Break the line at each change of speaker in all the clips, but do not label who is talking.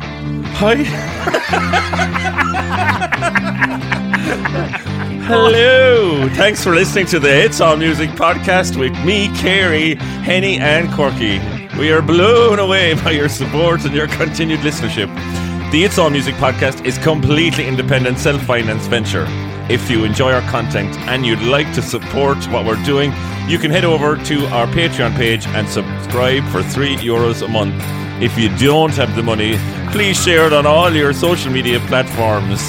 Hi. Hello. Thanks for listening to the Hits All Music podcast with me, Carey, Henny, and Corky. We are blown away by your support and your continued listenership. The It's All Music podcast is completely independent self-financed venture. If you enjoy our content and you'd like to support what we're doing, you can head over to our Patreon page and subscribe for 3 euros a month. If you don't have the money, please share it on all your social media platforms.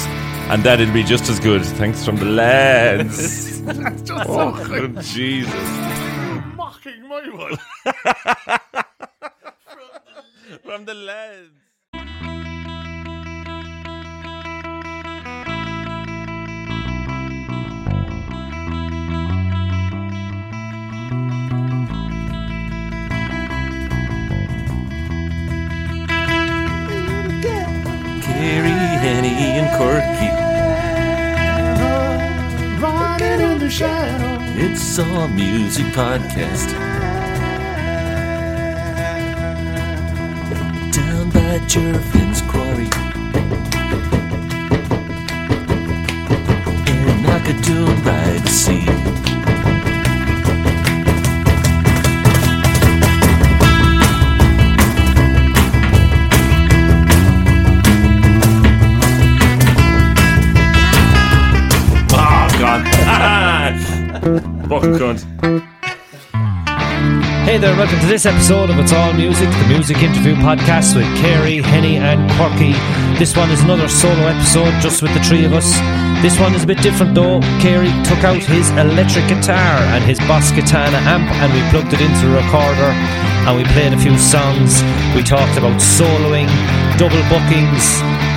And that'll be just as good. Thanks from the lads. oh, Jesus.
Mocking my one.
From the lads. Carrie, Henny, and Corky.
Riding on the shadow.
It's a music podcast. Down by Jervin's Quarry. In Knockadoon by the sea. Oh, God. Fucking cunt.
Hey there, welcome to this episode of It's All Music, the music interview podcast with Carey, Henny, and Corky. This one is another solo episode just with the three of us. This one is a bit different though. Carey took out his electric guitar and his Boss Katana amp and we plugged it into a recorder and we played a few songs. We talked about soloing, double bookings,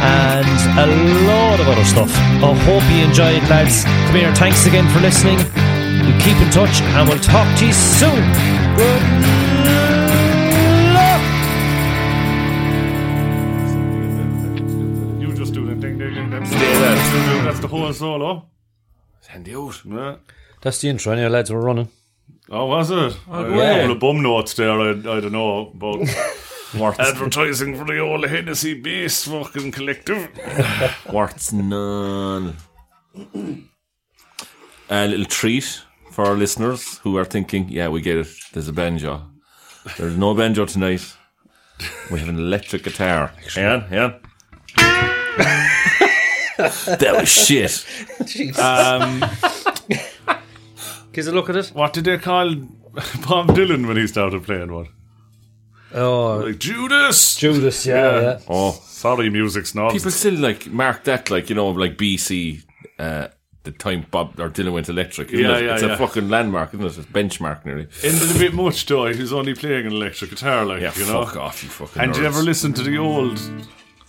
and a lot of other stuff. I hope you enjoyed, lads. Come here, thanks again for listening. You keep in touch and we'll talk to you soon.
You just do the ding ding ding ding.
Stay there.
That's the whole solo.
Send it out.
Yeah.
That's the intro, anyway, lads. We're running.
Oh, was it? I had
yeah.
a couple of bum notes there. I, I don't know, but
Worth,
advertising for the old Hennessy base fucking collective.
worth none. A little treat for our listeners who are thinking, yeah, we get it. There's a banjo. There's no banjo tonight. We have an electric guitar. Yeah, yeah. that was shit.
Give us a look at it.
What did they call Bob Dylan when he started playing one?
Oh,
Like Judas.
Judas, yeah, yeah.
Oh,
Sorry, music snobs.
people still like mark that like you know like BC uh, the time Bob or Dylan went electric. Isn't
Yeah,
it?
yeah,
it's
yeah.
a fucking landmark, isn't it? It's a benchmark nearly.
Ended a bit much though. He was only playing an electric guitar, like
Yeah,
you know.
fuck off, you fucking.
And
nerds.
did you ever listen to the old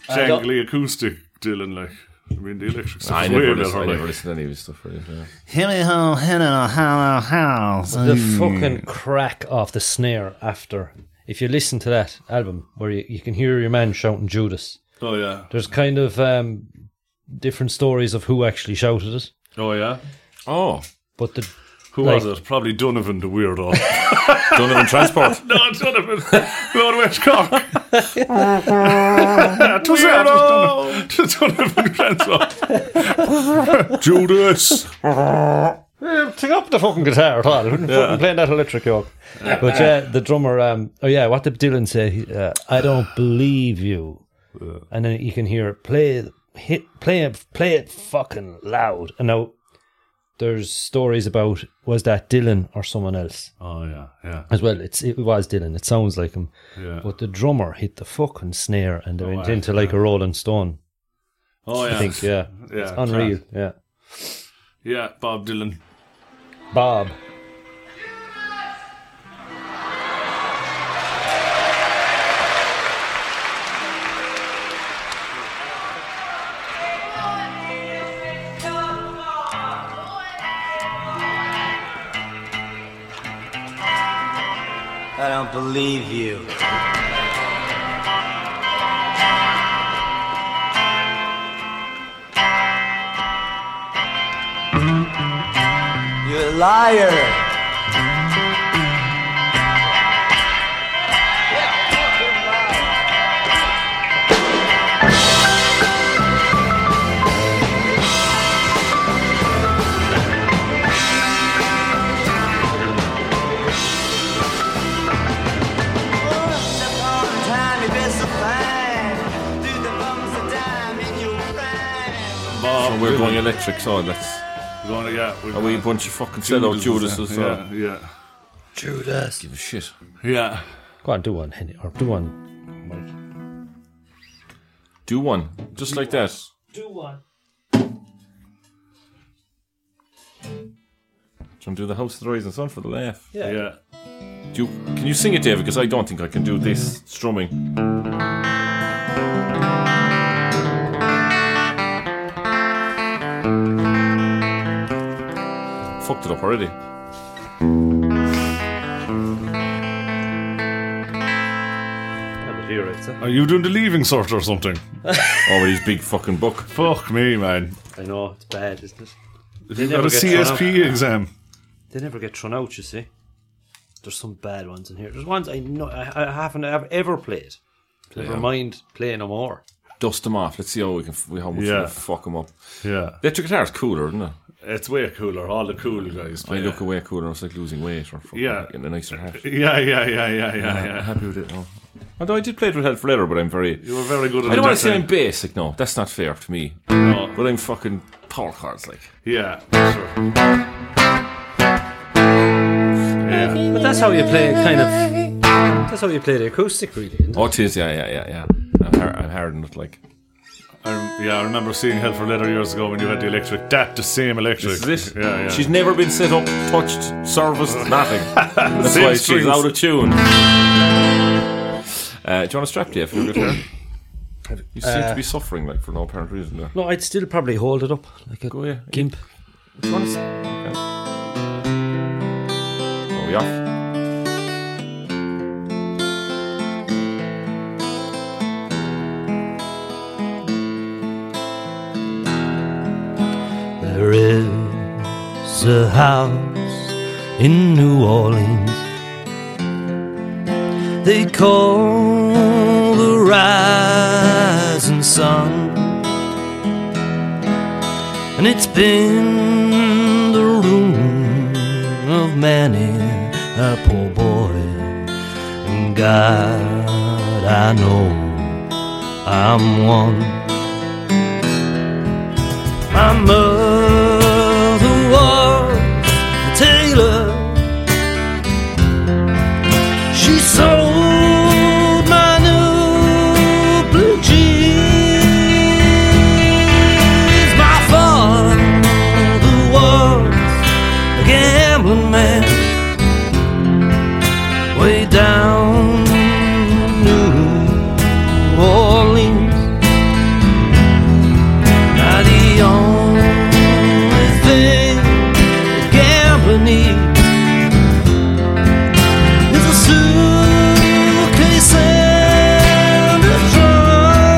jangly acoustic Dylan? Like, I mean, the electric stuff.
I
is
never
way
listened. I
better,
never
like.
listened to any of his stuff. Really. Yeah.
Hello, hello, hello, hello.
The fucking crack off the snare after. If you listen to that album where you, you can hear your man shouting Judas,
Oh yeah.
there's kind of um, different stories of who actually shouted it.
Oh yeah.
Oh,
But the
Who
Like-
was it? Probably Donovan the weirdo.
Donovan Transport.
no, Donovan. Lord West Cork. weirdo. Just Donovan Grandson. Judas.
Take up the fucking guitar at all. Wouldn't fucking playing that electric york. But yeah, the drummer. Um, oh yeah, what did Dylan say? He, Uh, I don't believe you. And then you can hear it play, hit, play it, play it fucking loud. And now there's stories about was that Dylan or someone else
Oh yeah, yeah.
as well. It's it was Dylan. It sounds like him.
Yeah.
But the drummer hit the fucking snare and they went into like a Rolling Stone.
Oh yeah.
I think yeah,
Yeah,
it's unreal. Yeah,
Yeah, Bob Dylan.
Bob.
I don't believe you. You're a liar.
You're So we're going
really.
electric, so that's.
Going to, yeah, we've
Are we a
got
bunch of fucking sellout Judases?
yeah,
or-
yeah,
Give a shit.
yeah.
Go on, do one, Henny, or do one, Mike.
Do one. Just like that.
Do one.
Do you want to do the House of the Rising Sun for the laugh?
Yeah.
yeah.
Do you, can you sing it, David? Because I don't think I can do this strumming. Fucked it up already.
I'm a lyrics. eh?
Are you doing the leaving cert or something?
Oh, with his big fucking book.
Fuck me, man.
I know it's bad, isn't it?
If
They
you got
never
a
get thrown
CSP exam.
They never get thrown out, you see. There's some bad ones in here. There's ones I know I, I haven't ever, ever played. Never mind, play no more.
Dust them off. Let's see how we can how much we
Yeah.
can fuck them up.
Yeah.
Electric guitar is cooler, isn't it?
It's way cooler. All the cool guys.
I
Play
look
it.
away cooler. It's like losing weight or fucking
Yeah.
getting a nicer hat.
Yeah, yeah, yeah, yeah, yeah,
I'm
yeah.
happy with it. Now. Although I did play it with Head for Leather, but I'm very.
You were very good at Oh,
I
it
don't want
that
to say I'm
time.
basic. No, that's not fair to me.
No.
But I'm fucking power chords like.
Yeah, sure. Yeah.
But that's how you play, kind of. That's how you play the acoustic, really. Isn't it?
Oh, it is. Yeah, yeah, yeah, yeah. I'm, har- I'm hard enough. Like
I, rem- yeah, I remember seeing Hell for Leather years ago when you had the electric. That, the same electric.
this is it.
Yeah, yeah.
She's never been set up, touched, serviced, nothing. That's
Same
why she's
strings.
out of tune. Uh, do you want a strap, Dave? for your guitar? You seem to be suffering like for no apparent reason. There.
No, I'd still probably hold it up like a
Go yeah.
gimp.
Do you want to s- okay. Are we off?
There is a house in New Orleans. They call the rising sun. And it's been the ruin of many a poor boy. And God, I know I'm one. My mother was a tailor. She sold my new blue jeans. My father was a gambling man, way down in New Orleans. Now the only thing that gambling needs is a suitcase and a trunk.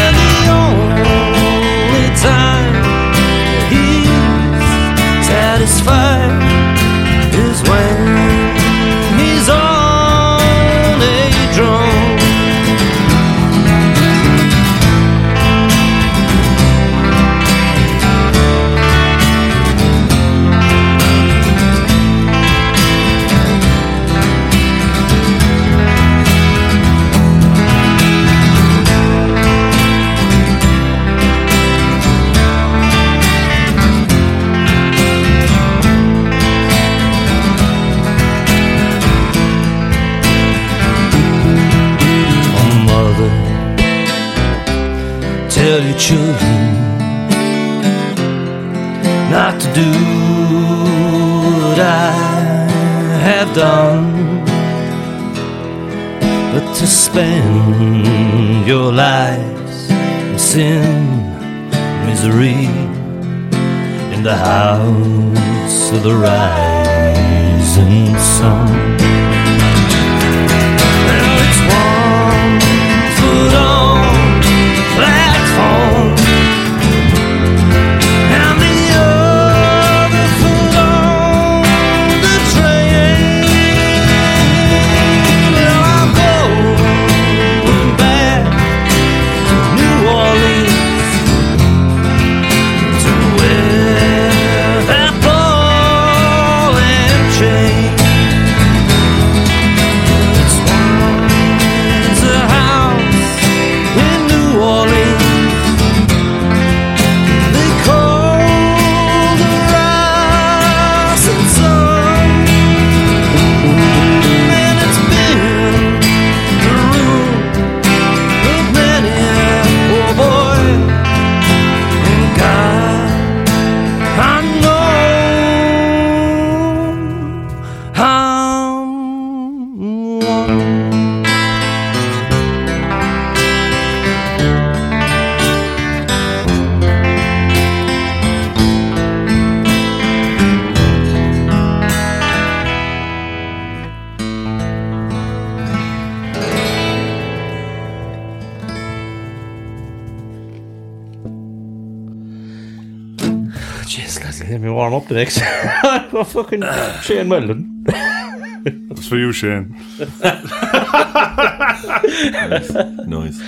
And the only time that he's satisfied is when he's on a drunk. Oh, mother, tell your children not to do what I have done, but to spend your lives in sin, misery, in the house of the rising sun. Well, it's one foot on the platform and the other foot on the train. Well, I'm going back to New Orleans to wear that ball and chain.
That's that's let me warm up the next. well, fucking Shane Weldon.
It's for you, Shane.
Noise.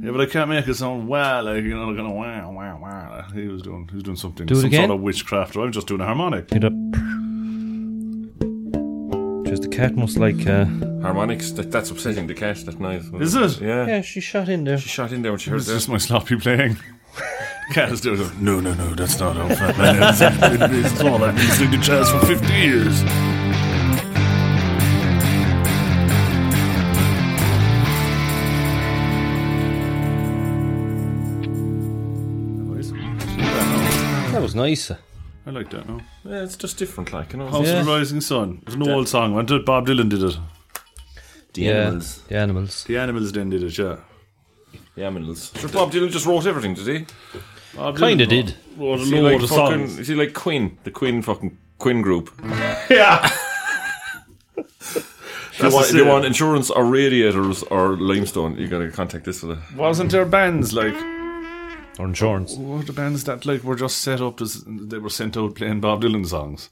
Yeah, but I can't make it sound wow, like you know, gonna wow, wow, wow. He was doing, he was doing something,
it
some
again.
sort of witchcraft. Or I'm just doing a harmonic.
Get up. Just the cat must like. Uh,
Harmonics. That, that's upsetting the cat. That noise.
Is it?
Yeah.
yeah, she shot in there.
She shot in there when she heard
It's
this.
just my sloppy playing. Cat is doing. it. No, no, no, that's not how fat man is. It is. It's all I've been listening to jazz for 50 years.
That was nice.
I like that now.
Yeah, it's just different, like you know.
House
Yeah.
of the Rising Sun. It was an old song, wasn't it? Bob Dylan did it.
the
Yeah,
animals.
the animals.
The Animals then did it, yeah.
The animals. Sure, Bob Dylan just wrote everything, did he?
Bob
Kinda
Dylan oh,
did.
Wrote a
Is he
load
like
of
fucking,
songs.
Is he like Quinn? The Quinn fucking Quinn group.
Yeah.
If
That's
you, want,
the
if you
same.
want insurance or radiators or limestone, you gotta contact this fella.
Wasn't there bands like
Or insurance.
were the bands that like were just set up as they were sent out playing Bob Dylan songs?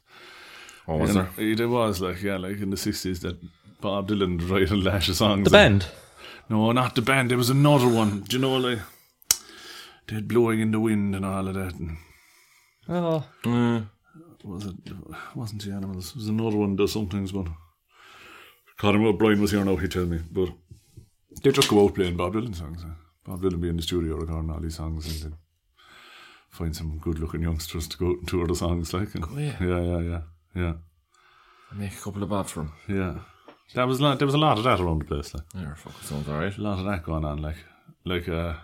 What was
And
there?
It was like yeah, like in the sixties that Bob Dylan would write a lash of songs.
The band.
No, not the band. There was another one. Do you know like they had blowing in the wind and all of that. And
Oh.
was it wasn't the animals? It was another one. Does some things, but Colin O'Brien was here now. He told me, but they just go out playing Bob Dylan songs. eh? Bob Dylan be in the studio recording all these songs and then find some good-looking youngsters to go out and tour the songs like. And,
yeah.
yeah, yeah, yeah, yeah,
Make a couple of bob for him.
yeah. That was lot, there was a lot of that around the place. Like.
There, fucking sounds alright.
a lot of that going on. Like, like uh,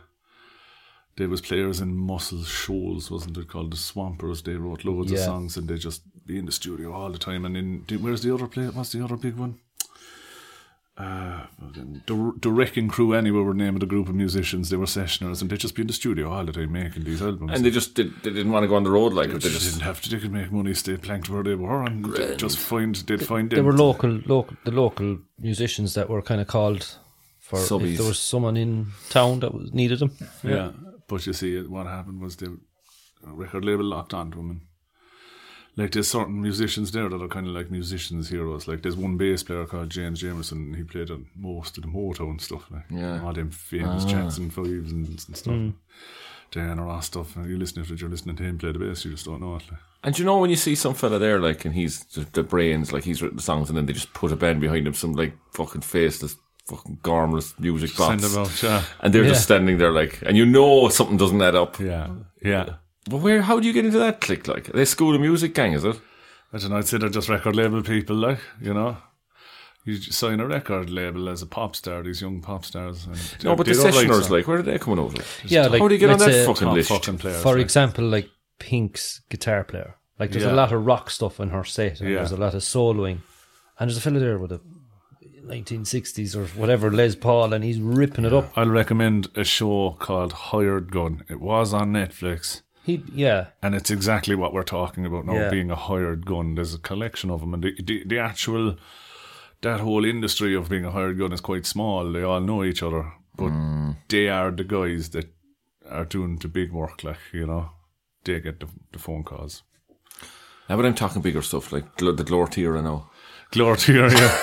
there was players in Muscle Shoals, wasn't it called the Swampers? They wrote loads of
Yeah.
songs and they just be in the studio all the time. And in the- where's the other play? What's the other big one? Uh, fucking- the the Wrecking Crew anyway were named a group of musicians. They were sessioners and they just be in the studio all the time making these albums.
And they just did, they didn't want to go on the road, like they
they just
just
didn't have to. They could make money, stay planked where they were, and they'd just find they'd find
They
them.
were local, local, the local musicians that were kind of called for
Subbies.
if there was someone in town that was, needed them.
Yeah. But you see, what happened was the record label locked on to him. And, like, there's certain musicians there that are kind of like musicians' heroes. Like, there's one bass player called James Jamerson, and he played on most of the Motown stuff. Like,
Yeah. Ah. Hmm.
All them famous chants and fives and, and stuff. Diana Ross stuff. And you listen to it, you're listening to him play the bass, you just don't know it. Like.
And you know when you see some fella there, like, and he's the, the brains, like he's written the songs, and then they just put a band behind him, some like fucking faceless, fucking gormless music
Send
box,
them out, yeah.
and they're
Yeah.
just standing there, like, and you know something doesn't add up.
Yeah. Yeah.
But where? How do you get into that click? Like, are they school of music gang, is it?
I don't know, I'd say they're just record label people, like, you know. You j- sign a record label as a pop star, these young pop stars. And
No, but the
don't write
sessioners,
songs.
like, where are they coming over?
Yeah, like
how do you get on
let's
that
say,
fucking
top
list?
fucking players.
for
like.
example, like Pink's guitar player. Like there's
Yeah.
a lot of rock stuff in her set, and
Yeah.
there's a lot of soloing, and there's a fella there with a 1960s or whatever Les Paul, and he's ripping it up.
I'll recommend a show called Hired Gun. It was on Netflix,
He, yeah,
and it's exactly what we're talking about now
Yeah.
being a hired gun. There's a collection of them, and the, the, the actual, that whole industry of being a hired gun is quite small. They all know each other, but they are the guys that are doing the big work, like, you know. They get the, the phone calls.
Yeah, but I'm talking bigger stuff, like gl- the Glortier tier, I know.
Glory to you. yeah.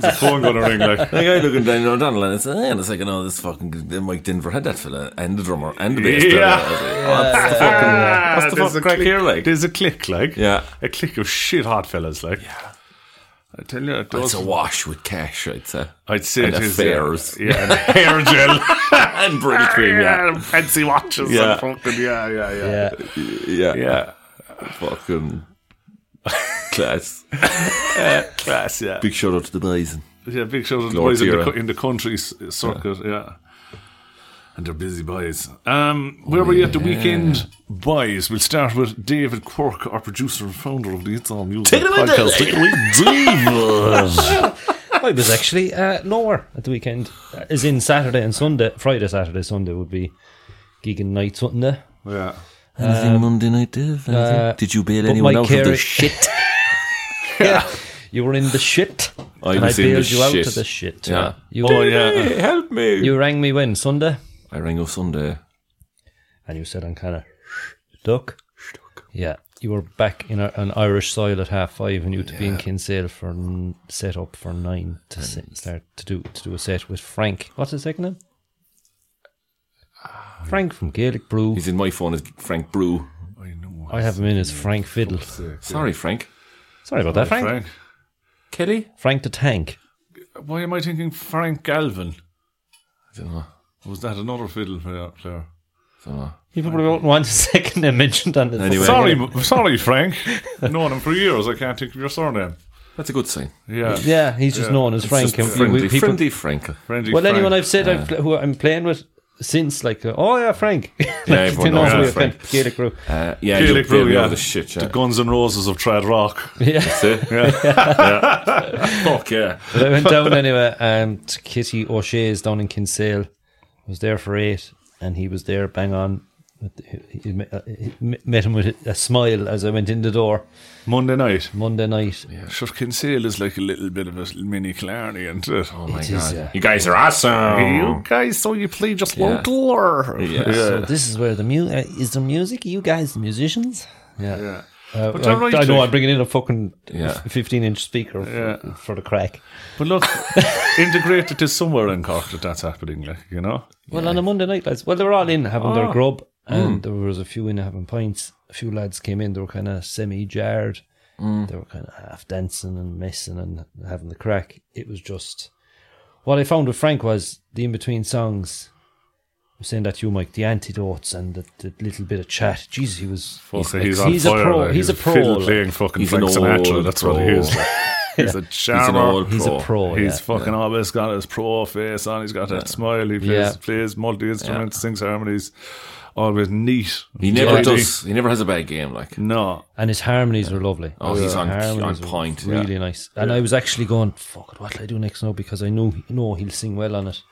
the phone gonna ring, like.
Like I look at Daniel O'Donnell and it's, eh, and it's like, you know, this fucking Mike Denver had that fella and the drummer and the bass player.
Yeah.
I was like, oh, that's the fucking, that's
there's
the
a
fucking crack
click-
here, like.
There's a click, like.
Yeah.
A click of shit hot fellas, like. Yeah. I tell you, it
It's
does.
a wash with cash, I'd say.
I'd say
and
it is. yeah.
affairs.
Yeah, and hair gel.
And British cream, yeah.
and fancy watches.
Yeah.
And fucking, yeah, yeah, yeah.
yeah.
Yeah.
Yeah.
Fucking class.
Class, yeah.
Big shout out to the Bison.
yeah, big shout out to the
Lord
boys in the,
Tira.
co- in the country s- circuit, yeah. And they're busy boys. Um, where were you at the weekend, boys? We'll start with David Quirk, our producer and founder of the It's All Music
Take it away,
podcast.
David.
Take it away, David.
I was actually uh, nowhere at the weekend, Uh, as in Saturday and Sunday, Friday, Saturday, Sunday would be gigging nights, wouldn't they?
yeah.
Anything Monday night, Dave? Anything? Did you bail
but
anyone
Mike
out of
Carey-
the shit?
You were in the shit,
I
and I
was in the
bailed you out
shit.
of the shit.
Yeah.
Uh, You,
Oh, yeah.
Hey, help me.
you rang me when Sunday,
I rang up Sunday.
and you said I'm kind of stuck. Yeah, you were back in a, an Irish soil at half five, and you had to be in Kinsale for n- set up for nine to set, start to do to do a set with Frank. What's his second name? Frank from Gaelic Brew.
He's in my phone as Frank Brew.
I know.
I have him in as Frank Fiddle.
Sorry, Frank.
Sorry about that, Frank. Frank.
Frank.
Kelly?
the Tank.
Why am I thinking Frank Galvin?
I don't know.
Was that another fiddle player? player?
I don't know.
You probably won't want a second name mentioned on this.
Anyway.
Sorry, m- sorry, Frank. I've known him for years. I can't think of your surname.
That's a good sign.
Yeah,
Yeah, he's just known as Frank.
Just
and we-
friendly,
people-
friendly Frank.
friendly.
well,
Frank.
anyone I've said I've, who I'm playing with since, like, uh, oh yeah, Frank. like,
everyone
they know
knows
we
that,
have
Frank.
been Gaelic Brew.
Uh, yeah,
Gaelic
you
brew, yeah.
the shit, yeah.
the Guns and Roses of trad rock.
Yeah.
That's it. Yeah. Fuck yeah.
But I went down anyway um, to Kitty O'Shea's down in Kinsale. I was there for eight, and he was there bang on. with the- he- he met- uh, he Met him with a smile as I went in the door
Monday night.
Monday night.
Oh
Sure, Kinsale is like a little bit of a mini Clarny, and
Oh my
is, uh,
god.
yeah.
You guys are awesome.
guys, so you play just
Yeah.
local, or
Yeah.
So this is where the music uh, is. The music, you guys, the musicians. Yeah,
Yeah.
Uh,
But
I,
you're right,
I know
like-
I'm bringing in a fucking
Yeah.
fifteen-inch speaker for,
Yeah.
for the crack.
But look, integrated is somewhere in Cork that that's happening, like, you know?
Well, on a Monday night, lads. Well, they were all in having their grub, and there was a few in having pints. A few lads came in; they were kind of semi-jarred. They were kind of half dancing and messing and having the crack. It was just what I found with Frank was the in-between songs. I'm saying that to you, Mike. The antidotes and the, the little bit of chat. Jesus, he was.
Fuck,
he's a pro-
like,
he's a pro,
fiddle
like.
playing fucking
He's
Frank
an
Sinatra.
old
That's what he
pro.
is. like. He's a
He's an
charmer.
old
He's a pro.
He's
yeah.
fucking always got his pro face on. He's got that smile. He plays,
Yeah.
plays multi instruments, sings harmonies. Always neat.
He never
tidy.
does. He never has a bad game. Like
No.
And his harmonies were lovely.
Oh, he's on-
Harmonies
on
were
point, yeah.
Really nice. And I was actually going, fuck it, what'll I do next now? Because I know, know he'll sing well on it.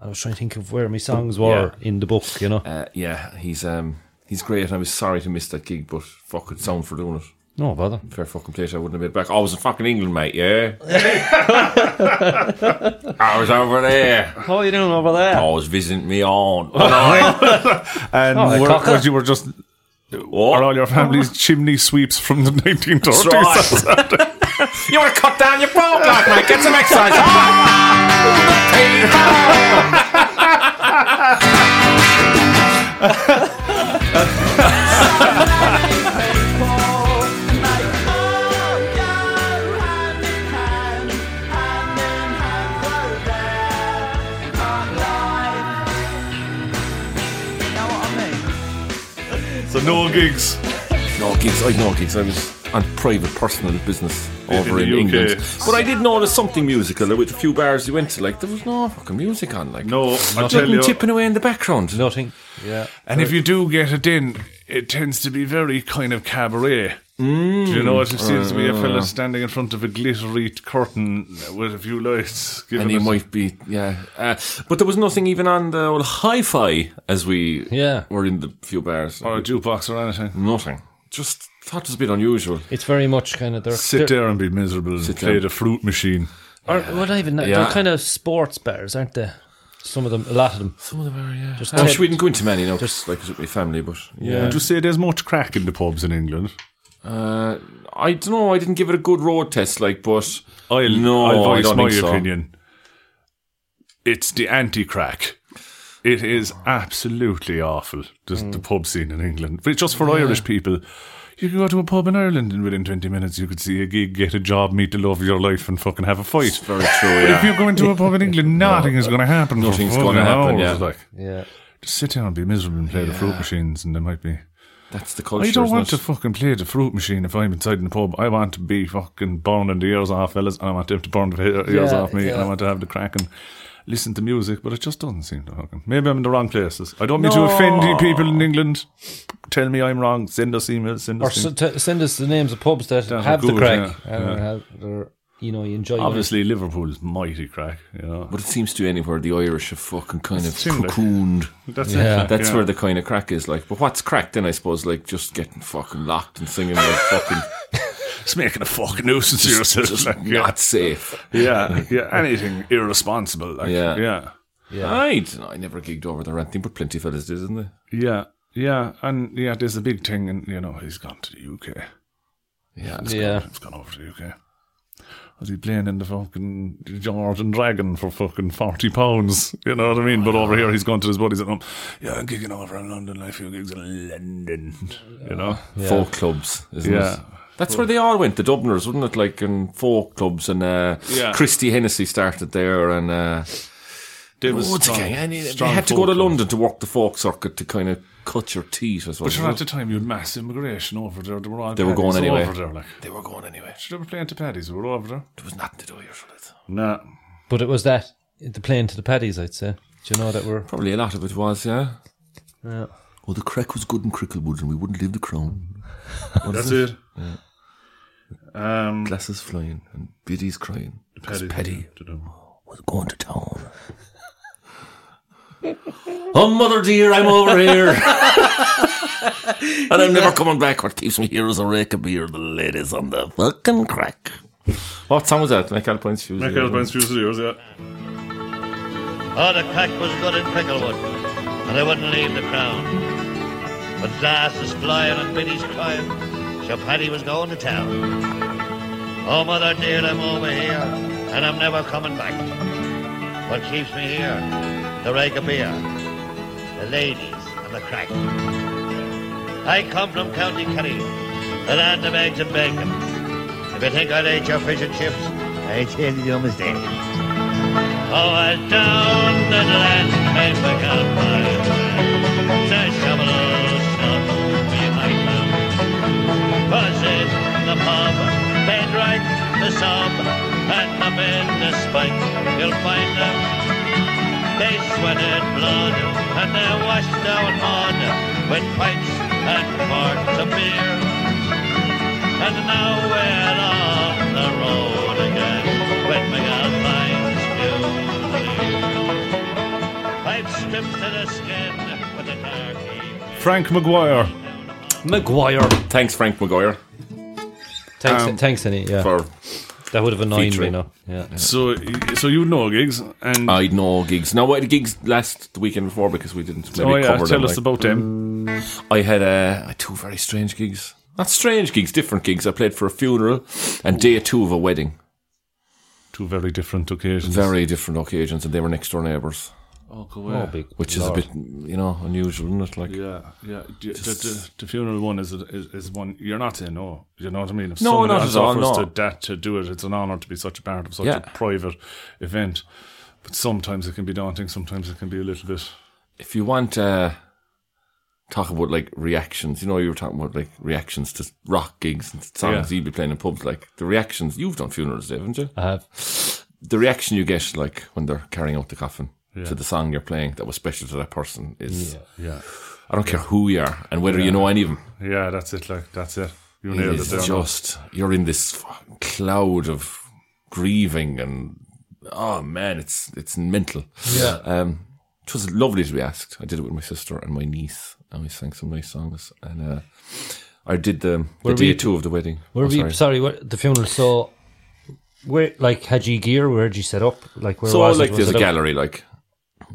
And I was trying to think of where my songs were in the book, you know.
Uh, yeah, he's um he's great, and I was sorry to miss that gig, but fuck it, sound for doing it.
no bother.
Fair fucking place, I wouldn't have been back. I was in fucking England, mate. Yeah, I was over there.
How are you doing over there?
I was visiting me on.
And
Oh,
were-
cocker.
was you were just. Are all your family's chimney sweeps from the 1930s?
That's you want to cut down your ball back, mate? Get some exercise.
So no gigs.
No gigs, I had no gigs. I was on private, personal business over
In
in,
the UK.
England. But I did notice something musical. There were a few bars you went to, like there was no fucking music on, like
No, I tell
nothing
you.
tipping away in the background.
Nothing. Yeah.
And if you do get it in, it tends to be very kind of cabaret. Mm. Do you know what? It seems to be a fella standing in front of a glittery curtain with a few lights.
And
giving
you
us-
might be, yeah. Uh, but there was nothing even on the old hi-fi as we
Yeah.
were in the few bars.
or a jukebox or anything.
nothing. Just thought it was a bit unusual.
It's very much kind of. They're,
Sit there and be miserable and play
down.
the fruit machine.
Or, well, not even that.
Yeah.
They're kind of sports bars, aren't they? Some of them, a lot of them.
Some of them are, yeah. Just
have
we
it-
didn't go into many, no, just like it was with my family, but yeah.
Would you say there's much crack in the pubs in England?
Uh, I don't know. I didn't give it a good road test, like, but
I'll,
No,
I'll
I
voice
don't
my
think so.
opinion. It's the anti-crack. It is absolutely awful. Just the pub scene in England, but just for Irish people, you could go to a pub in Ireland and within twenty minutes you could see a gig, get a job, meet the love of your life, and fucking have a fight.
very true.
But if
Yeah.
you go into a pub in England, nothing is going to happen. for
Nothing's
fucking
gonna
hours,
happen, yeah.
like
Yeah.
just sit down and be miserable and play the fruit machines, and there might be.
That's the culture.
I don't
isn't
want
it?
to fucking play the fruit machine if I'm inside in the pub. I want to be fucking burning the ears off fellas, and I want them to burn the ear- ears
Yeah,
off me, and I
yeah.
want to have the crack and listen to music. But it just doesn't seem to happen. Maybe I'm in the wrong places. I don't mean to offend you people in England. Tell me I'm wrong. Send us emails. Send
Or
us.
s
things.
t send us the names of pubs that
That are
have the
good,
crack.
yeah.
And
Yeah.
have their, you know, you enjoy it.
Obviously, Liverpool's mighty crack. You know.
But it seems to anywhere the Irish are fucking kind of
similar.
cocooned.
That's
Yeah.
it.
That's
yeah.
where the kind of crack is like. But what's crack then? I suppose like just getting fucking locked and singing like fucking
it's making a fucking nuisance of yourself.
just
like, yeah.
not safe.
yeah, yeah, anything irresponsible. Like,
Yeah.
yeah,
I don't know, I never gigged over there or anything, but plenty of fellas did, didn't they?
yeah. Yeah, and yeah, there's a big thing, and you know, he's gone to the UK. Yeah, he's
Yeah.
Gone, he's gone over to the UK. Was he playing in the fucking Georgian Dragon for fucking 40 pounds? You know what I mean? But over here, he's gone to his buddies at home. Yeah, I'm gigging over in London, like a few gigs in London. You know?
Folk clubs, isn't
Yeah.
it? That's where they all went, the Dubliners, wasn't it? Like in folk clubs, and uh,
Yeah.
Christy Hennessy started there, and uh,
There
oh, it's a gang, and they- they had to go
folk
to
club.
London to work the folk circuit to kind of cut your teeth as well.
But sure, at the time, you had mass immigration over there. They were, all
They were going
paddies all
anyway.
Over there, like.
they were going anyway.
Sure, they were playing to Paddy's. They were over there.
There was nothing to do here. so it's-
Nah.
But it was that the playing to the paddies, I'd say. Do you know that we're
Probably a lot of it was, yeah.
yeah.
Well, the crack was good in Cricklewood, and we wouldn't leave the crown.
That's it. Um,
Glasses flying, and biddies crying.
Paddy.
Paddy.
To them.
was going to town. oh, mother dear, I'm over here. and I'm never coming back. What keeps me here is a rake of beer, the ladies on the fucking crack. What song was that? Michael Pines Shoes.
Michael Burns Fuse yours, yeah.
Oh, the crack was good in Cricklewood, and I wouldn't leave the crown. But glasses flying and biddies crying, so Paddy was going to town. Oh, mother dear, I'm over here, and I'm never coming back. What keeps me here? The rake of beer, the ladies, and the crack. I come from County Kerry, the land of eggs and bacon. If you think I'd eat your fish and chips, I tell you you're mistaken. Oh, I down the land made my gun by Say, shovel, shovel, be my club. Cause in the pub, they drank the sob, and up in the spike, you'll find them. They sweated blood, and they washed down mud, with pipes and forks of beer. And now we're on the road again with my alpine music. I've stripped to the skin with a darky.
Frank McGuire.
Maguire.
Thanks, Frank McGuire,
Thanks, thanks, any yeah.
Um, for
That would have annoyed
featuring.
me, no? Yeah.
So, so you know gigs, and
I'd know gigs. Now, what the gigs last the weekend before because we didn't maybe
oh yeah,
cover
tell
them,
us
like.
about them.
I had uh, I had two very strange gigs. Not strange gigs, different gigs. I played for a funeral and day two of a wedding.
Two very different occasions.
Very different occasions, and they were next door neighbours.
Oh,
Oh, big
which
Lord.
is a bit you know unusual, isn't it? Like
Yeah, yeah. The, the- the- the funeral one is, is is one you're not saying no. You know what I mean? If
No,
someone
not
else
at all,
offers
no.
to that to do it, it's an honour to be such a part of such
Yeah.
a private event. But sometimes it can be daunting. Sometimes it can be a little bit.
if you want uh talk about like reactions, you know you were talking about like reactions to rock gigs and songs
Yeah.
you'd be playing in pubs, like the reactions you've done funerals, Dave, haven't you?
I have.
The reaction you get like when they're carrying out the coffin to the song you're playing that was special to that person is
Yeah,
I don't care who you are and whether you know any of them.
yeah. That's it. Like that's it. You nailed it.
It's
There.
just you're in this fucking cloud of grieving and oh man, it's it's mental. Yeah. Um, it was lovely to be asked. I did it with my sister and my niece, and we sang some nice songs. And uh, I did the, the
Were
day
we-
two of the wedding.
Were
Oh,
we
sorry.
sorry, what, the funeral so where like had you gear, where had you set up? Like where
So
was
like
it? Was
there's a
it out
gallery, like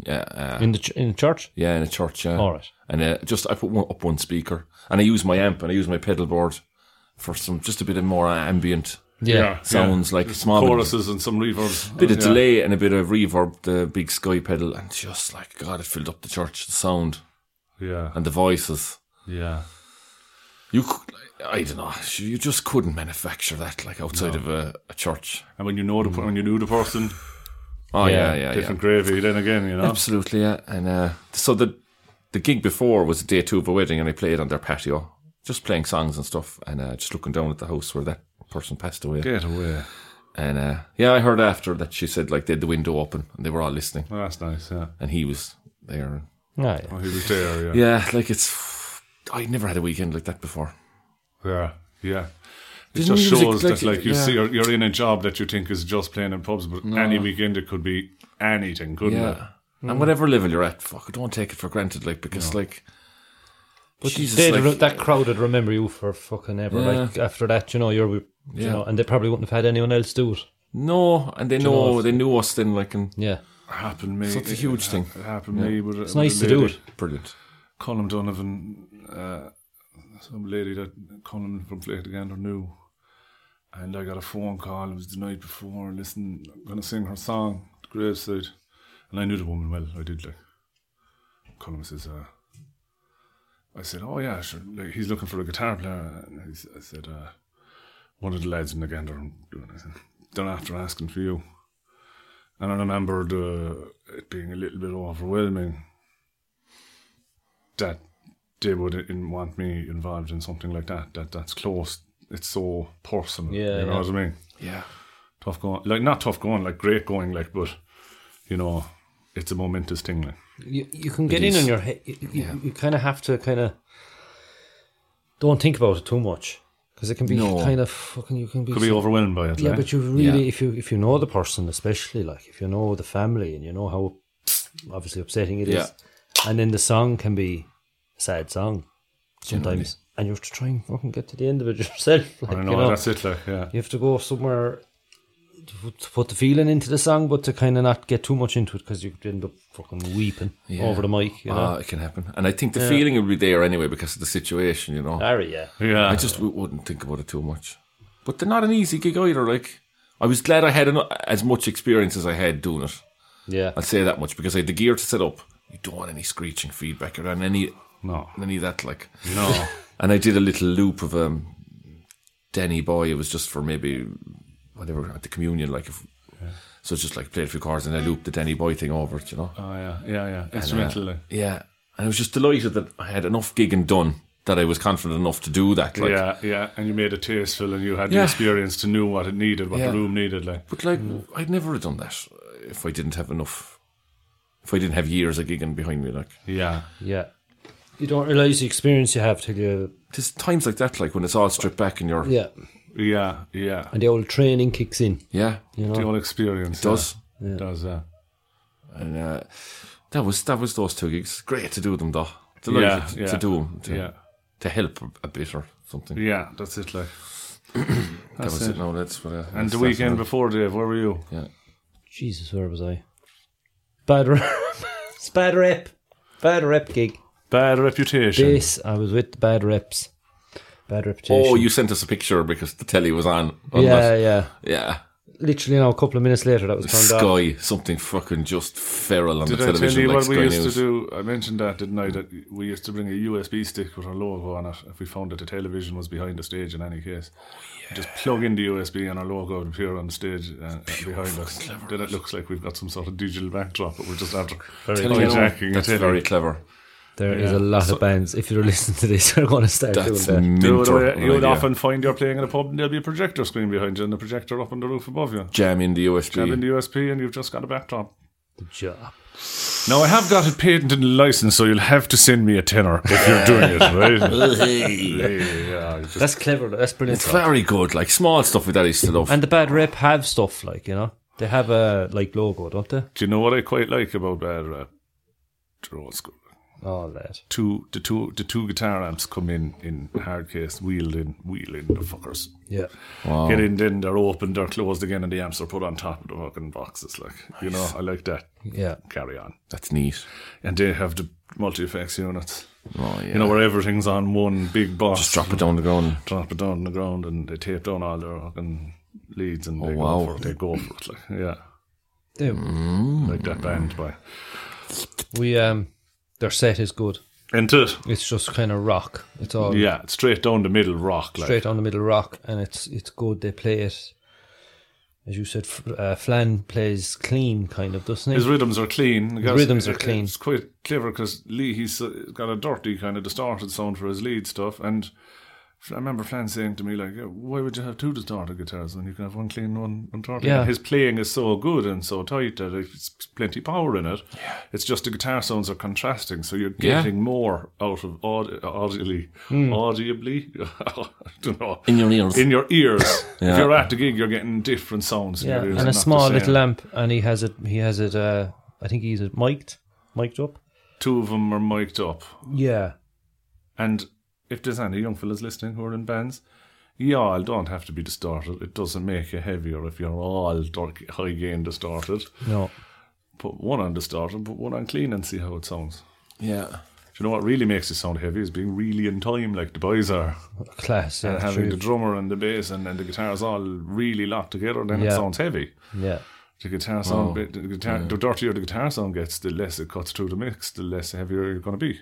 yeah, uh,
in the ch- in the church?
yeah, in a church. Yeah.
All right.
And uh, just I put one, up one speaker, and I use my amp and I use my pedal board for some just a bit of more ambient
Yeah.
sounds like small bit of-
choruses and some reverbs.
bit of
Yeah.
delay and a bit of reverb, the big sky pedal, and just like God, it filled up the church, the sound
Yeah,
and the voices.
yeah.
You, could, I don't know, you just couldn't manufacture that like outside of a, a church.
And when you know the when you knew the person,
Oh
Yeah,
yeah, yeah, yeah,
different gravy. Then again, you know.
absolutely, yeah. And uh, so the the gig before was day two of a wedding, and I played on their patio, just playing songs and stuff, and uh, just looking down at the house where that person passed away.
Get away.
And uh, yeah, I heard after that she said like they had the window open and they were all listening,
Well, that's nice. Yeah,
and he was there.
Ah, yeah.
well, he was there. Yeah.
Yeah, like it's. I never had a weekend like that before.
Yeah, yeah. It
Didn't
just
music,
shows
like,
that, like, you
yeah.
see, you're, you're in a job that you think is just playing in pubs, but any weekend it could be anything, couldn't it?
Yeah. And whatever level you're at, fuck, don't take it for granted, like because like. But
They'd re- that crowd would remember you for fucking ever.
Yeah.
Like after that, you know, you're you
Yeah.
know, and they probably wouldn't have had anyone else do it.
no, and they
know
know,
what?
they knew us then, like and
Yeah.
Happened me.
So it's a huge
it,
thing.
It happened me. But
It's nice to do it.
brilliant.
Colin Donovan, uh, some lady that Colin from Flatigander knew. And I got a phone call, it was the night before, listen, I'm going to sing her song, The Graveside. And I knew the woman well, I did like. Colin says, uh, I said, oh yeah, sure. Like, he's looking for a guitar player. And he, s- I said, uh, one of the lads in the gander doing it. They're after asking for you. And I remember the, it being a little bit overwhelming that they wouldn't want me involved in something like that. That that's close. It's so personal.
Yeah,
you know
yeah.
what I mean. Yeah, tough going. Like not tough going. Like great going. Like but you know, it's a momentous thing. Like.
You, you can get in on your head. You, you, you kind of have to kind of don't think about it too much because it can be
No.
kind of fucking. You can be
Could be
so-
overwhelmed by it.
Yeah,
like.
but you really,
Yeah.
if you if you know the person, especially like if you know the family and you know how obviously upsetting it is,
Yeah.
and then the song can be a sad song sometimes, and you have to try and fucking get to the end of it yourself. Like,
I
you
know,
know,
that's it. Like yeah,
you have to go somewhere to put- to put the feeling into the song, but to kind of not get too much into it because you could end up fucking weeping over the mic. You know,
Uh,
Ah, it can happen. And I think the feeling will be there anyway because of the situation, you know.
Larry, yeah.
yeah.
I just w- wouldn't think about it too much. But they're not an easy gig either. Like, I was glad I had eno- as much experience as I had doing it.
Yeah.
I'll say that much because I had the gear to set up. You don't want any screeching feedback or any
no,
any of that. Like,
no.
and I did a little loop of um, Danny Boy. It was just for maybe whatever at the communion, like. If, So it's just like played a few chords and I looped the Danny Boy thing over it, you know.
oh yeah, yeah, yeah. Instrumental. like.
Yeah, and I was just delighted that I had enough gigging done that I was confident enough to do that. Like,
yeah, yeah, and you made it tasteful, and you had the
Yeah.
experience to know what it needed, what
Yeah.
the room needed. Like,
But like, I'd never have done that if I didn't have enough. If I didn't have years of gigging behind me, like
yeah,
Yeah. You don't realize the experience you have till you,
there's times like that, like when it's all stripped back and you're, yeah,
yeah,
yeah, yeah.
and the old training kicks in. You
The
know,
whole experience
does.
yeah. does that.
And uh, that was that was those two gigs. Great to do them though. Delighted
Yeah,
to
yeah.
do them. To,
Yeah.
to help a- a bit or something.
Yeah, that's it. Like,
that was it. No, that's what. I,
and
that's-
the
that's
weekend
what
before, Dave, where were you?
I- yeah.
Jesus, where was I? Bad rep, bad rep, bad rep gig.
Bad reputation.
This I was with the bad reps, bad reputation.
Oh, you sent us a picture because the telly was on. wasn't
yeah,
it?
yeah.
yeah.
Literally now, a couple of minutes later, that was turned off.
Sky, something fucking just feral on
Did
the
I tell
television.
you
like
what
Sky
we used
News.
to do? I mentioned that, didn't I? That we used to bring a USB stick with our logo on it if we found that the television was behind the stage in any case.
Oh,
Just plug in the USB and our logo would appear on the stage uh, behind us. Then it looks like we've got some sort of digital backdrop, but we're just after
Telly Now,
hijacking a
Oh, That's
telly.
very clever.
There is a lot of bands. If you're listening to this, you're going to start doing
That's
that.
Do it
minter.
away- you would
idea.
often find you're playing in a pub and there'll be a projector screen behind you and the projector up on the roof above you.
jam in the USB.
Jab in the USB and you've just got a backdrop.
Good job.
Now I have got a patent and license, so you'll have to send me a tenner if you're doing it, right? yeah, just-
That's clever. That's brilliant.
it's very good. Like small stuff with that is still off.
and the bad rep have stuff like you know they have a like logo, don't they?
Do you know what I quite like about bad rap? They're old school.
Oh,
All that.
Two, the two, the two guitar amps come in in hard case, wheeled in, wheel in the fuckers.
Yeah.
Get in, then they're open, they're closed again, and the amps are put on top of the fucking boxes. Like you know, I like that.
Yeah.
Carry on,
That's neat.
and they have the multi effects units.
Oh yeah.
You know where everything's on one big box.
just drop it down the ground.
drop it down on the ground and they tape down all their fucking leads and they go
wow.
for it. They go for it. Like, yeah.
They-
Like that band by.
We um, their set is good.
Into it.
It's just kind of rock. It's all
Yeah, straight down the middle rock. Like.
straight on the middle rock, and it's it's good. They play it, as you said. F- uh, Flan plays clean, kind of, doesn't he?
His rhythms are clean. I guess
rhythms are
it-
clean.
It's quite clever because Lee, he's uh, got a dirty kind of distorted sound for his lead stuff. And I remember Flan saying to me, like, "Yeah, why would you have two distorted guitars when you can have one clean and one untorted?
Yeah.
And His playing is so good and so tight that it's plenty power in it. Yeah. It's just the guitar sounds are contrasting, so you're
Yeah.
getting more out of aud- audibly,
Hmm.
audibly, I don't know.
In your ears.
In your ears.
Yeah.
If you're at the gig, you're getting different sounds. in
yeah,
your ears,
and a
not the
small
same.
little amp, and he has it. He has it. Uh, I think he's it mic'd, mic'd up.
Two of them are mic'd up.
Yeah,
And if there's any young fellas listening who are in bands, y'all don't have to be distorted. It doesn't make you heavier if you're all dark, high gain distorted.
no,
Put one on distorted, put one on clean and see how it sounds.
Yeah.
Do you know what really makes it sound heavy is being really in time, like the boys are,
Class.
and
yeah,
having
true.
the drummer and the bass and, and the guitars all really locked together. Then it
Yeah. Oh.
sounds heavy.
yeah.
The guitar sound, bit, the, guitar, the dirtier the guitar sound gets, the less it cuts through the mix, the less heavier you're going to be.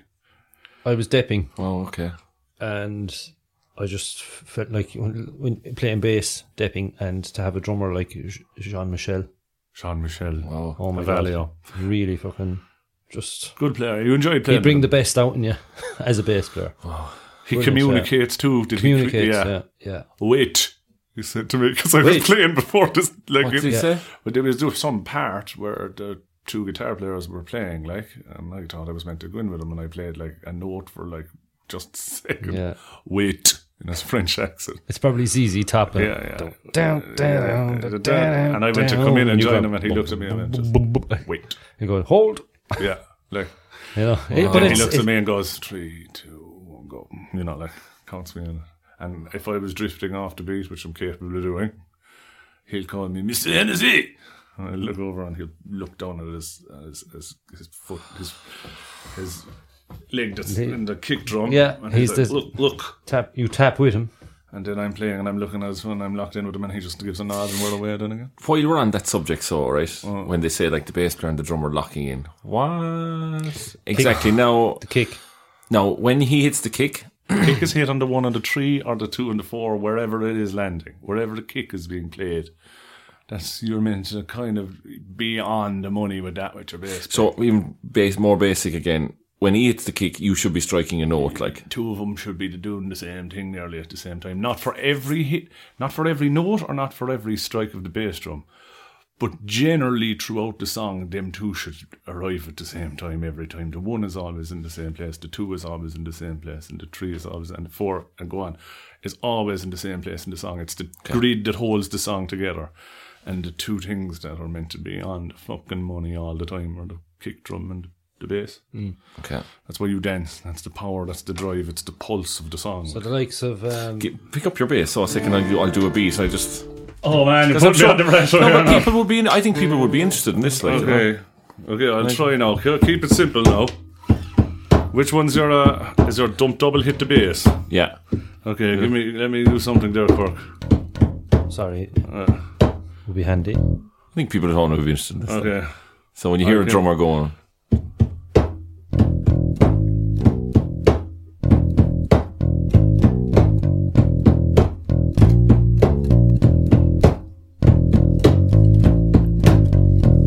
I was dipping
Oh, okay.
and I just felt like when, when playing bass, dipping, and to have a drummer like Jean Michel.
Sean Michel,
Oh.
Oh my
Avalio.
god, really fucking just.
good player. You enjoy playing.
He'd bring
with
the
him.
best out in you as a bass player.
he
brilliant, yeah.
communicates too. Did
Communicates,
he?
yeah. yeah,
Wait, he said to me because I was
Wait.
playing before this. Like,
What did he
it-
say?
But there was just some part where the two guitar players were playing, like, and I thought I was meant to go in with them, and I played like a note for like just a second.
Yeah.
Wait, in his French accent.
It's probably ZZ Top.
Yeah,
like,
yeah.
Down, down,
Da, da,
down,
da. And I went to come in and
you
join
go,
him, and he looked at me and went, just,
boom, boom.
wait.
You go hold.
Yeah, like,
You know, it- but
and he
it's,
looks
it's
at me and goes, three, two, one, go. You know, like, counts me in. And if I was drifting off the beat, which I'm capable of doing, he'll call me Mr. Hennessy. And I look over and he'll look down at his his, his, his foot, his, his leg that's in the kick drum.
Yeah,
and
he's
he's, like,
the-
look, look.
tap. You tap with him.
And then I'm playing and I'm looking at his phone and I'm locked in with him and he just gives a nod and we're away then again.
While we're on that subject, so right
Mm.
when they say like the bass player and the drummer locking in, what exactly? now,
The kick.
now when he hits the kick,
kick is hit on the one and the three or the two and the four, wherever it is landing, wherever the kick is being played. That's you're meant to kind of be on the money with that with your bass.
so even base more basic again. When he hits the kick, you should be striking a note like
two of them should be doing the same thing nearly at the same time. Not for every hit, not for every note, or not for every strike of the bass drum, but generally throughout the song, them two should arrive at the same time every time. The one is always in the same place, the two is always in the same place, and the three is always and the four and go on is always in the same place in the song. It's the grid that holds the song together. And the two things that are meant to be on the fucking money all the time are the kick drum and the bass.
okay.
That's why you dance. That's the power. That's the drive. It's the pulse of the song.
So the likes of um,
Get- pick up your bass. So a second, I'll, do- I'll do a beat. I just
oh man, you
I'm
put me
sure-
under pressure.
no, but
here
people would be. In, I think people would be interested in this. Like,
now.
you know.
okay, okay, I'll try now. Ke- Keep it simple now. Which one's your uh, is your dump double hit the bass?
yeah,
Okay, give me let me do something there, Kirk.
sorry
Uh.
would be handy.
I think people at home would be interested in this.
Okay,
So when you hear a drummer going,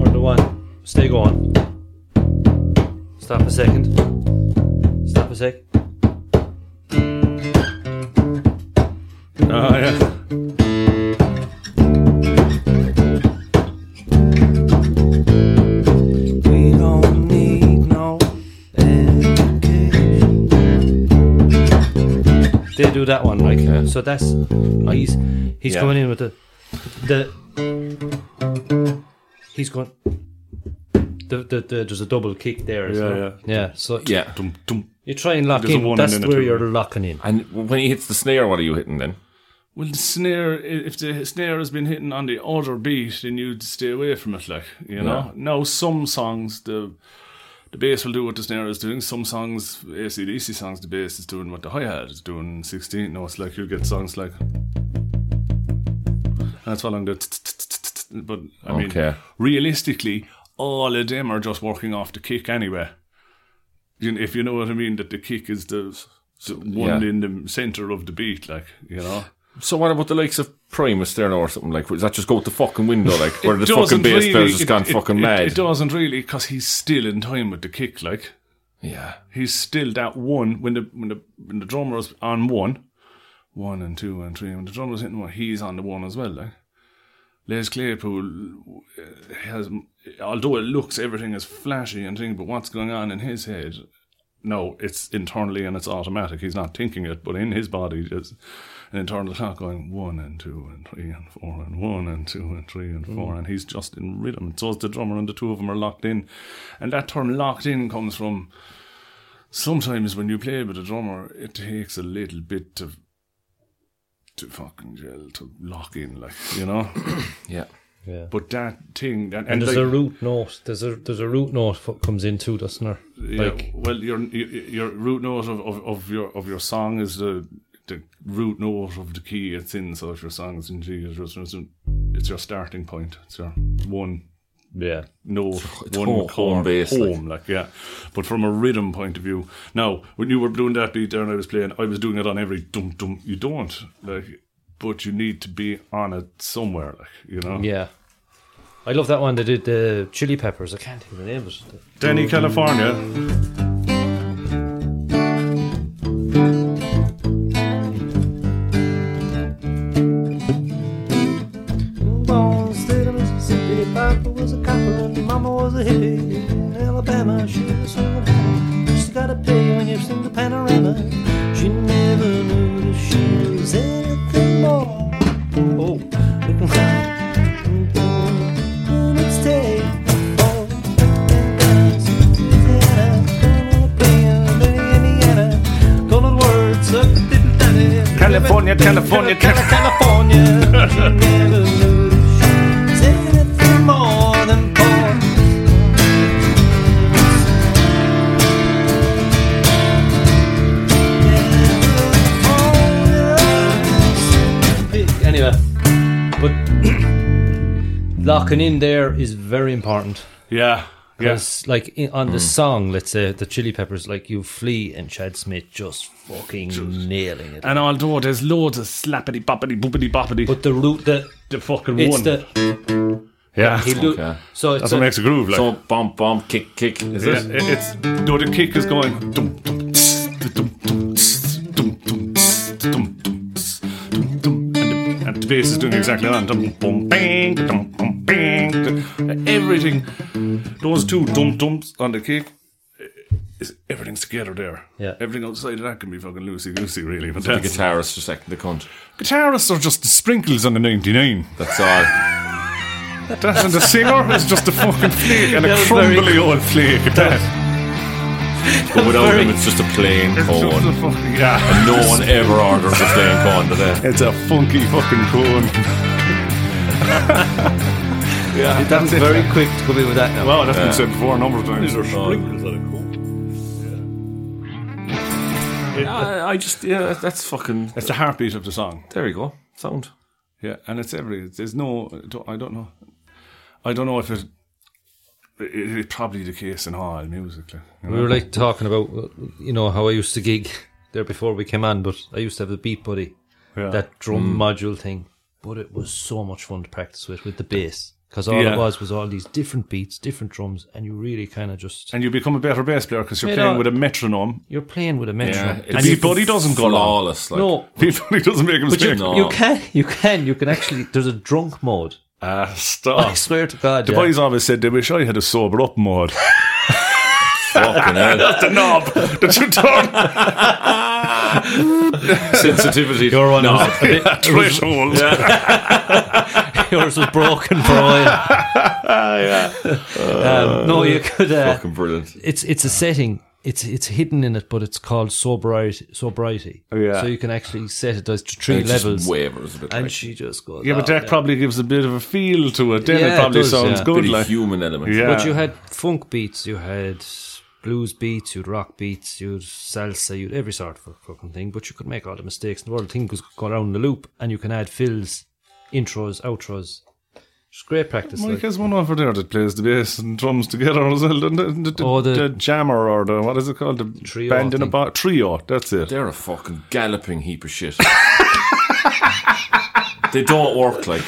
Or the one. Stay going. Stop a second. Stop a sec.
ah yeah,
We don't need no education.
They do that one, like uh,
Okay.
so. That's oh, he's he's
Yeah.
going in with the the he's going. The, the, the, there's a double kick there as
Yeah,
well. Yeah, So
yeah,
dum dum.
you try and lock
There's a
in.
one and
That's
then a
where
two.
you're locking in.
and when he hits the snare, what are you hitting then?
Well, the snare. i- If the snare has been hitting on the other beat, then you'd stay away from it. Like you know. Now some songs the the bass will do what the snare is doing. Some songs, ACDC songs, the bass is doing what the hi hat is doing. Sixteen notes. Like you get songs like that's what I'm doing. But I mean,
Okay.
realistically, all of them are just working off the kick anyway. You know, If you know what I mean, that the kick is the, the one
Yeah.
in the center of the beat, like you know.
So what about the likes of Primus there now or something like? Does that just go out the fucking window like, where the fucking
doesn't
bass player's
it-
just gone
it-
fucking
it-
mad?
It doesn't really, because he's still in time with the kick. Like
yeah,
he's still that one when the when the when the drummer is on one, one and two and three. When the drummer's hitting one, he's on the one as well. Like Les Claypool uh, has, although it looks everything is flashy and thing, but what's going on in his head? No, it's internally and it's automatic. He's not thinking it, but in his body, there's an internal clock going one and two and three and four and one and two and three and four, and he's just in rhythm. So is the drummer, and the two of them are locked in. And that term locked in comes from sometimes when you play with a drummer, it takes a little bit to to fucking gel to lock in, like you know.
yeah.
Yeah.
But that thing, and,
And
and
there's
like-
a root note. There's a there's a root note that comes into, doesn't there?
Yeah,
Like
well, your your root note of, of, of your of your song is the the root note of the key it's in. So if your song is in G, it's your, it's in- it's your starting point. It's your one
yeah,
note,
It's
one
home-
chord,
home base, like.
home, like. yeah. But from a rhythm point of view, now when you were doing that beat there and I was playing, I was doing it on every dum dum. You don't like, but you need to be on it somewhere, like you know.
yeah. I love that one. They did the chili peppers. I can't think of the name of it.
Mm-hmm.
Denny, California.
Born state of Mississippi, Papa was a copper and Mama was a hippie. In Alabama, she was from the hammer. She got a pay when you've seen the panorama. She never knew that she was anything more. Oh, looking down in its tail. Oh, Louisiana, down in the plain, dirty Indiana. Golden words of the little daddy.
California, California, California.
California. She never knew she was anything more than poor.
Anyway, but locking in there is very important.
Yeah, yes.
Because, like in, on the song, let's say the Chili Peppers, like you flee and Chad Smith just fucking nailing it.
And although there's loads of slappity boppity boopity boppity,
But the root that
the fucking
it's
one.
the
yeah,
he do,
Okay.
so it's
that's what
a,
makes a groove. Like
So bump, bump, kick, kick. Is
yeah,
it?
it, it's no, the kick is going. Dum, dum, tss, dum, dum, tss, dum, dum, tss, dum, dum, tss, dum, dum, and the- And the bass is doing exactly that. Dum, bum, bang, dum, bum, bang. dum. Everything, those two dum dums on the kick, eh, is everything's together there.
Yeah.
Everything outside of that can be fucking loosey goosey, really. But
The
that's,
guitarist just acting the cunt.
guitarists are just the sprinkles on the 99.
That's all.
That and the singer is just a fucking flake and a
That was very
crumbly old flake. at That.
But without
Very-
him, it's just a plain
It's just a
cone.
fucking, yeah.
No one ever orders a plain cone today.
It's a funky fucking cone. yeah, that's it.
Very quick to come in with that now.
Well, that's been said before a number of times. These are sprinkles on a
I, I just, yeah, that's fucking.
It's the heartbeat of the song.
There you go. Sound.
Yeah, and it's every. There's no. I don't- I don't know. I don't know if it. it- It's probably the case in all music. like, you
we
know?
were like talking about uh, you know how I used to gig there before we came on, but I used to have the Beat Buddy,
Yeah. Mm.
that drum module thing. But it was so much fun to practice with with the bass because all
Yeah.
it was was all these different beats, different drums, and you really kind of just
and you become a better bass player because you're
Mate,
playing
uh,
with a metronome.
you're playing with a
Yeah.
metronome.
it's
your body doesn't go along.
flawless. Like,
no,
He doesn't make a
but
mistake.
you,
No.
you can, you can, you can actually. There's a drunk mode.
Ah, stop.
I swear to God,
The
yeah.
boys always said they wish I had a sober up mod.
Fucking hell.
the knob that you turn
Sensitivity. You're on no.
threshold.
Yours was broken for a while. um, no, you could. Uh,
Fucking brilliant.
it's it's a setting. It's it's hidden in it, but it's called sobriety. Sobriety.
Oh, yeah.
So you can actually set it as to three
It just
levels,
wavers a bit.
and
like,
she just goes.
Yeah, but
"Oh,
that probably gives a bit of a feel to it. Then
Yeah,
it
it
probably
does,
sounds
yeah.
good.
pretty
Like,
human element.
yeah.
But you had funk beats, you had blues beats, you had rock beats, you had salsa, you had every sort of fucking thing. But you could make all the mistakes in the world. The thing goes go around the loop, and you can add fills, intros, outros. It's great practice.
Mike
Like.
has one over there that plays the bass and drums together as well. The, the, the,
Oh,
the,
the-
jammer or the what is it called? The
Trio
band in a
thing.
bar trio. That's it.
They're a fucking galloping heap of shit. they don't work like.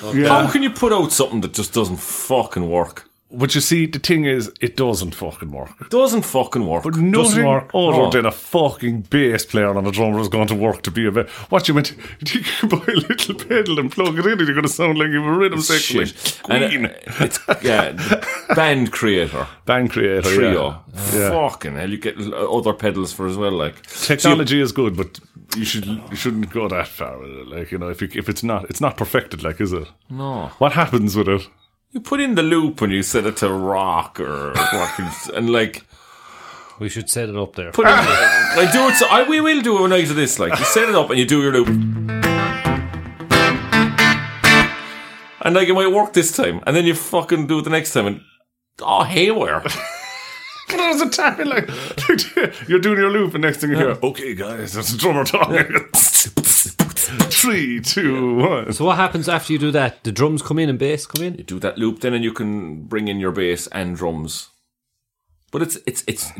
How can you put out something that just doesn't fucking work?
But you see, the thing is, it doesn't fucking work.
Doesn't fucking work.
But nothing
work.
other
No.
than a fucking bass player and a drummer is going to work to be a bit. What you meant? You can buy a little pedal and plug it in, and you're going to sound like you have a rhythm section. Like
shit.
Queen.
And uh, it- it's yeah, the band creator
Band creator,
trio.
Yeah.
Fucking hell, you get l- other pedals for as well. Like
Technology is good, but you should you shouldn't go that far with it. Like you know, if you, if it's not it's not perfected, like is it?
no,
What happens with it?
oh. you put in the loop and you set it to rock or fucking and like
We should set it up there.
put in, like do it. So I we will do a night of this. Like you set it up and you do your loop. and like it might work this time, and then you fucking do it the next time, and oh haywire.
But it was a time like you're doing your loop, and next thing you hear, okay, guys, that's a drummer talking. Three, two, one.
So what happens after you do that? The drums come in and bass come in.
you do that loop, then and you can bring in your bass and drums. But it's it's it's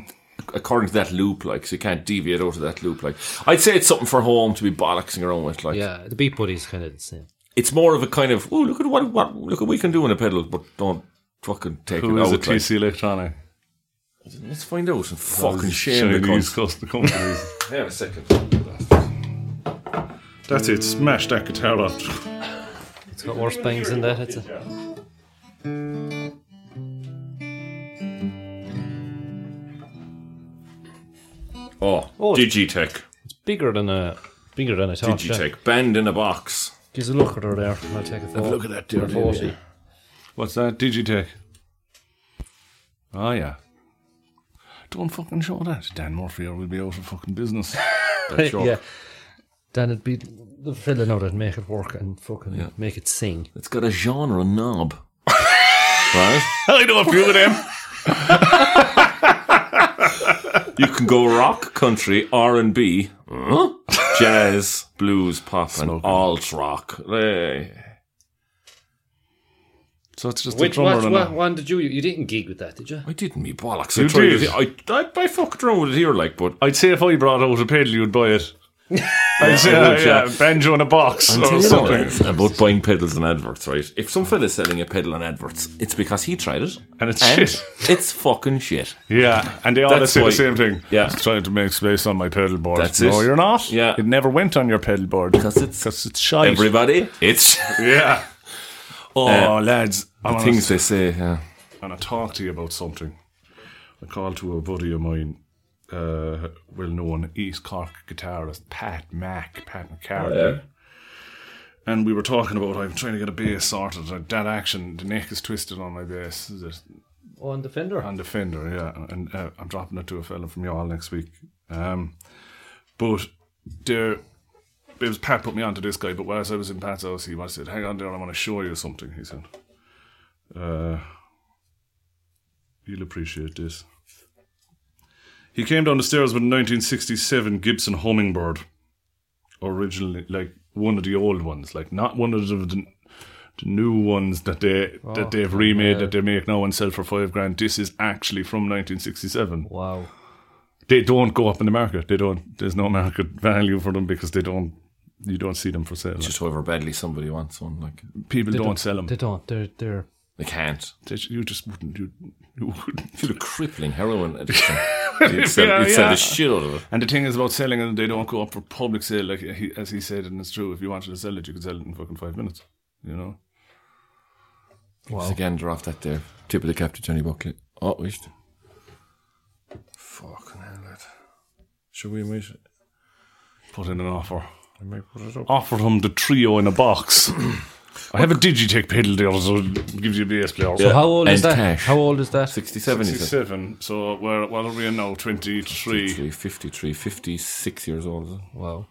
according to that loop, like so you can't deviate out of that loop. Like I'd say it's something for home to be bollocksing around with. Like
Yeah, the beat buddy's kind of the same.
it's more of a kind of oh look at what what look at we can do in a pedal, but don't fucking take
Who
it
is
out.
it?
like.
TC Electronic.
Let's find out and fucking shame the
Chinese
cunt.
custom companies.
Hang on a second.
That's it. Smash that guitar up.
It's got worse bangs than that. It's a,
Oh,
Oh.
Digitech,
bigger than a bigger than a torch. yeah.
Digitech, band in a box.
Gives a look at her there. I'll take a photo.
Look at that dirty.
Forty.
What's that? Digitech. Ah, yeah. Don't fucking show that. Dan Murphy or we'll be out of fucking business.
That shock.
Yeah. Then it'd be the fella now that make it work and fucking make it sing.
It's got a genre knob. right?
I know a few of them.
You can go rock, country, R and B, jazz, blues, pop, and alt rock. Hey.
So it's just a
Which
drummer
what,
and
what
a
one did you? You didn't gig with that, did you?
I didn't me bollocks. I
You
tried.
did.
It. I, I I fucked around with it here, like, but
I'd say if I brought out a pedal, you'd buy it. I'd say,
I would,
uh, yeah,
yeah.
banjo in a box or
you know,
something.
it's uh, about buying pedals and adverts, right? If some fella's selling a pedal and adverts, it's because he tried it
And it's shit.
It's fucking shit.
Yeah, and they all
That's
say
why-
the same thing.
yeah.
It's trying to make space on my pedal board.
That's
no,
it.
you're not.
Yeah.
It never went on your pedal board. Because
it's-
it's shite.
Everybody, it's
yeah. Oh, lads. I wanna
things they say. Yeah.
and I talk to you about something. I called to a buddy of mine, uh, well known East Cork guitarist Pat Mack, Pat McCartney.
Oh,
And we were talking about I'm trying to get a bass sorted. uh, That action, the neck is twisted on my bass. Is it?
Oh, On the fender.
And the fender, yeah. And uh, I'm dropping it to a fella from y'all next week. Um, but there, it was Pat put me onto this guy. But whilst I was in Pat's house, he was- said, "Hang on there, I want to show you something." He said, uh, "You'll appreciate this." He came down the stairs with a 1967 Gibson Hummingbird, originally like one of the old ones, like not one of the, the new ones that they that they've remade that they make now and sell for five grand. This is actually from 1967.
Wow.
They don't go up in the market. They don't. There's no market value for them because they don't. You don't see them for sale.
Just however badly somebody wants one, like
People don't, sell them.
They don't. They're they're.
they can't.
They ju- you just wouldn't. You, you wouldn't.
Feel a crippling heroin addiction. you'd sell,
Yeah,
you'd sell
yeah.
the shit out of it.
And the thing is about selling them, they don't go up for public sale. Like he, as he said, and it's true. If you wanted to sell it, you could sell it in fucking five minutes. You know.
Wow. Again, draft that there. Tip of the cap to Johnny Buckley. Oh, wished. Fucking hell, lad. Should we wait?
Put in an offer.
I might put it up.
Offer him the trio in a box. I have a Digitech pedal there, so it gives you a bass player.
Yeah.
How old is
And
that?
cash.
How old is that?
67, he said.
67. So where, what are we in now? 23.
53, 53, 56 years old. is it?
Wow.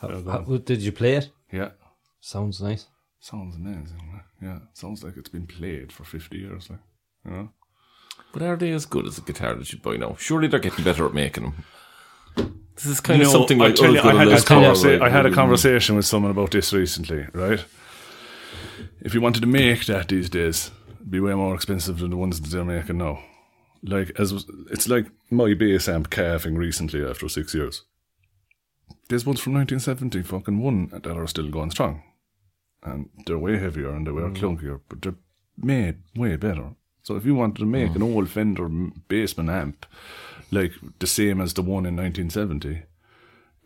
How, how- did you play it?
Yeah.
Sounds nice.
Sounds amazing. right? Yeah. Sounds like it's been played for 50 years. Like, you know?
But are they as good as the guitar that you buy now? Surely they're getting better at making them. This is kind of something
I
like
tell you,
oh, good
I had,
old
a
days, Carl,
conversa-
right?
I had a
Mm.
conversation with someone about this recently, right? If you wanted to make that these days, it'd be way more expensive than the ones that they're making now. Like as was- it's like my bass amp calving recently after six years. There's ones from 1970 fucking one that are still going strong, and they're way heavier and they were
Mm.
clunkier, but they're made way better. So if you wanted to
Mm.
make an old Fender m- basement amp, like the same as the one in 1970,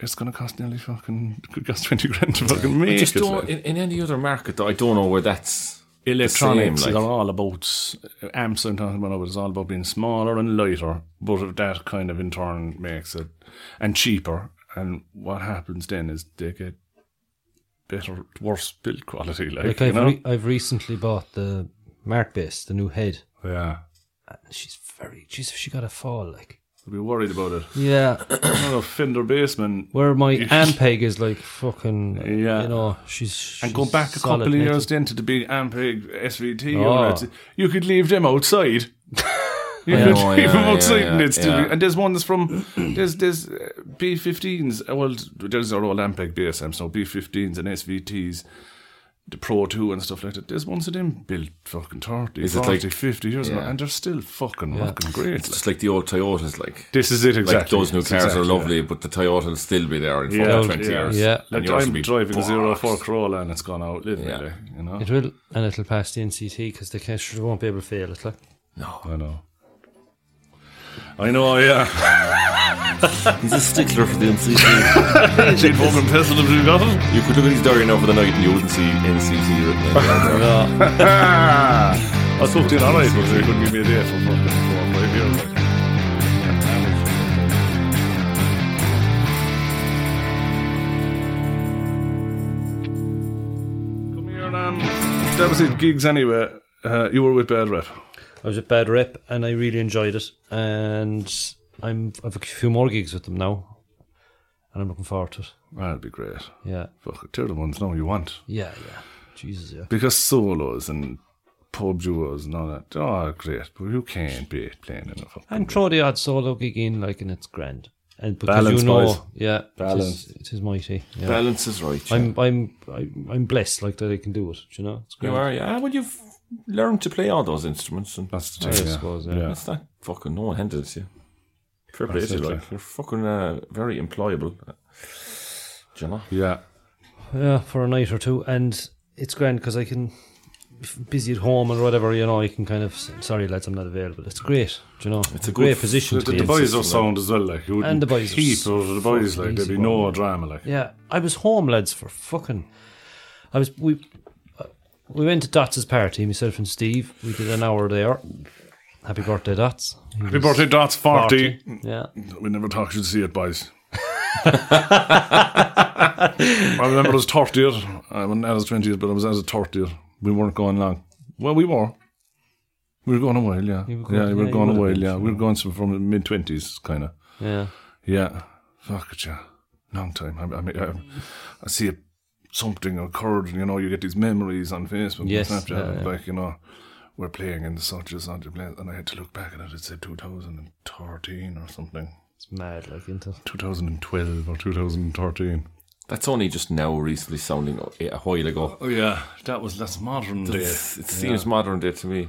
it's gonna cost nearly fucking it could cost twenty grand to fucking
I
make
just
it.
don't,
like.
in, in any other market, though, I don't know where that's
Electronics
the same,
are
like.
all about amps. I'm talking about, but it's all about being smaller and lighter. But that kind of in turn makes it and cheaper. And what happens then is they get better, worse build quality. Like,
Like
you
I've
know,
re- I've recently bought the Mark Bass, the new head.
yeah.
And she's very. She's she got a fall like.
They'll be worried about it.
Yeah.
I'm not a fender baseman.
Where my aunt Peg is like fucking,
Yeah.
you know, she's.
and go
she's
back a
solid
couple of
metal.
years then to the big Ampeg SVT.
Oh.
units. You could leave them outside. you
Yeah.
could
Oh,
leave
yeah,
them
yeah,
outside,
yeah,
and it's still.
yeah.
And there's ones from there's there's uh, B15s. uh, Well, there's our old Ampeg bass amps now. B15s and SVTs. The Pro 2 and stuff like that. There's ones of them built fucking 30,
Is it
40,
like-
50 years ago,
Yeah.
and they're still fucking working great.
It's just like the old Toyotas, like.
This is it exactly.
Like those new
It's
cars
exactly
are
that.
lovely, but the Toyota will still be there in
Yeah. Oh,
fucking 20
Yeah.
years.
Yeah.
And
Like
yours will
I'm
be
driving a
boxed.
zero four Corolla and it's gone out, yeah.
Yeah.
you know.
It will, and it'll pass the NCT because they can't, sure won't be able to fail it. Like,
I know. I know, yeah.
He's a stickler for the NCT.
She'd fucking pistol if she got it.
you could look at his diary now for the night and you wouldn't see NCT written in there.
I was hooked in alright, but they couldn't give me a day for fucking four or five years. Like. Come here, Nan. That was it, gigs anyway. Uh, you were with Bad Rep.
I was at Bad Rep and I really enjoyed it. And I'm, I have a few more gigs with them now. And I'm looking forward to it.
That'd be great.
Yeah.
Fuck, they're the ones now you want.
Yeah, yeah. Jesus, yeah.
Because solos and pub duos and all that, they're all great, but you can't be playing in a fucking
And throw the odd solo gig in, like, and it's grand. And because
Balance,
you know,
boys.
yeah,
Balance.
It is, it is mighty. Yeah.
Balance is right. yeah.
I'm, I'm, I'm, I'm blessed like that. I can do it. do You know, it's great.
You are, yeah. Well, you've learned to play all those instruments, and
That's the
I
thing, yeah.
suppose. Yeah.
that's not fucking no one handles you. Fair play
That's
to you,
it,
like
yeah.
you're fucking uh, very employable. Do you know?
Yeah.
Yeah, for a night or two, and it's grand because I can if I'm busy at home or whatever. You know, I can kind of s- sorry lads, I'm not available. It's great. Do you know, it's a
good
great position
The,
to
the,
be in.
boys are sound as well, like you
And the boys are
keep
so
out of the boys, like
fucking
there'd be
easy
no
going.
drama, like
Yeah, I was home lads for fucking. I was we. uh, We went to Dots' party, myself and Steve. We did an hour there. Happy birthday, Dots. He
Happy
was
birthday, Dots forty.
Yeah.
We never talked to see it, boys. I remember it was thirtieth. I wasn't at his twentieth, but I was at his thirtieth. We weren't going long. Well, we were. We were going a while, yeah.
were
yeah,
going-
we were
yeah, you
going a
would have
while,
been,
yeah. We were going some from the mid twenties, kind of.
Yeah.
Yeah, fuck it, yeah. Long time. I, I mean, I, I see it, something occurred, and you know, you get these memories on Facebook
Yes,
and Snapchat,
yeah,
and,
yeah.
like, you know, we're playing in such and such a place, and I had to look back at it, it said 2013 or something.
It's mad, like, into
2012 or 2013.
That's only just now recently sounding o- a while ago.
Oh, yeah, that was, that's modern day.
It's- It seems modern day to me.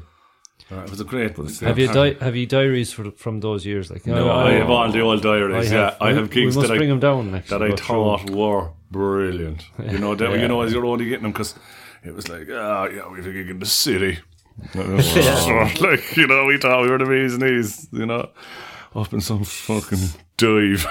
Uh, it was a great
Have you di- have you diaries for, from those years? Like, no,
I have all the old
I
diaries, yeah. I
we-
have gigs
We must
that I
bring them down next.
that
time,
I
but
thought were brilliant. You know, that, you know, as you're only getting them because it was like, ah, yeah, we've a gig in the city. Sort of like you know, we thought we were the bees and knees, you know, up in some fucking dive.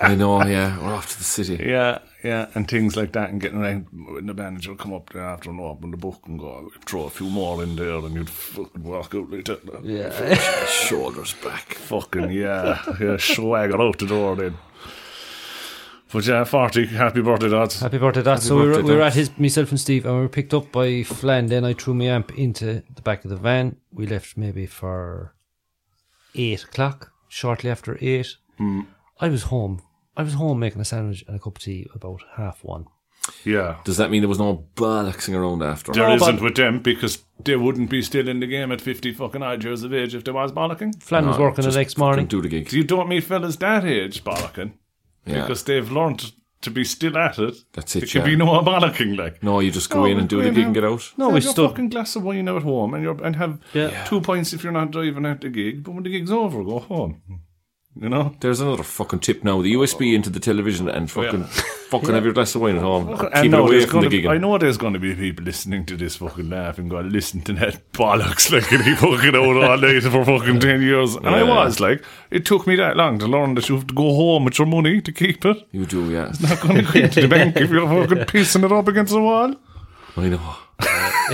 I know, yeah. We're off to the city.
yeah, yeah, and things like that, and getting around. And the manager come up there after and open the book and go throw a few more in there, and you'd fucking walk out like that.
Yeah.
Shoulders back.
Fucking yeah, yeah, swagger out the door then. But yeah, forty, happy birthday, lads.
Happy birthday, Dad. so we were,
birthday,
we were
Dad.
at his, myself and Steve, and we were picked up by Flan. Then I threw my amp into the back of the van. We left maybe for eight o'clock, shortly after eight. I was home. I was home making a sandwich and a cup of tea about half one.
Yeah.
Does that mean there was no bollocksing around after?
There
No,
not
but-
with them because they wouldn't be still in the game at 50 fucking odd years of age if there was bollocking.
Flan was working the
Just
next
fucking
morning.
Do the gig.
You don't meet fellas that age bollocking
Yeah.
because they've learned to be still at it.
That's it,
There could be
yeah.
no bollocking like.
no, you just go
No,
in and do the
we
gig and
have-
get out.
No, we
have your
stood.
fucking glass of wine out at home and, you're, and have
Yeah.
two pints if you're not driving at the gig. But when the gig's over, go home. You know?
There's another fucking tip now. The
Oh.
USB into the television and fucking fucking have your glass of wine at home.
And
Keep it
now
away
there's
from the
gonna be-
gig.
I know there's going to be people listening to this fucking laugh and going, listen to that bollocks, like, and he fucking out all night for fucking 10 years. And I
Yeah.
was, like, it took me that long to learn that you have to go home with your money to keep it.
You do, yeah.
Not going to go into the bank if you're fucking pissing it up against the wall.
I know.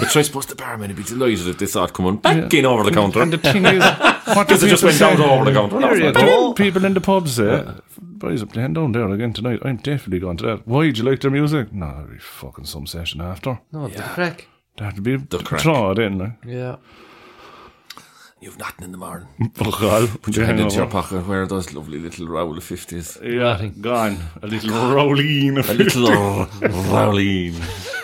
But I suppose the barman would be delighted if they saw it coming back in over the counter.
And the thing is, what do
Because it just
people
went down
say?
over the counter. That was
Yeah,
my
the
bad.
people in the pubs say, boys, I'm playing down there again tonight. I'm definitely going to that. Why, do you like their music? No, it'll be fucking some session after.
No, the Oh, crack.
That'll be
crack.
draw it in, like.
Yeah.
You've nothing in the morning.
Fuck all.
Put your hand into your pocket. Where are those lovely little roll of 50s?
Yeah, gone. A little rolling.
A little rolling.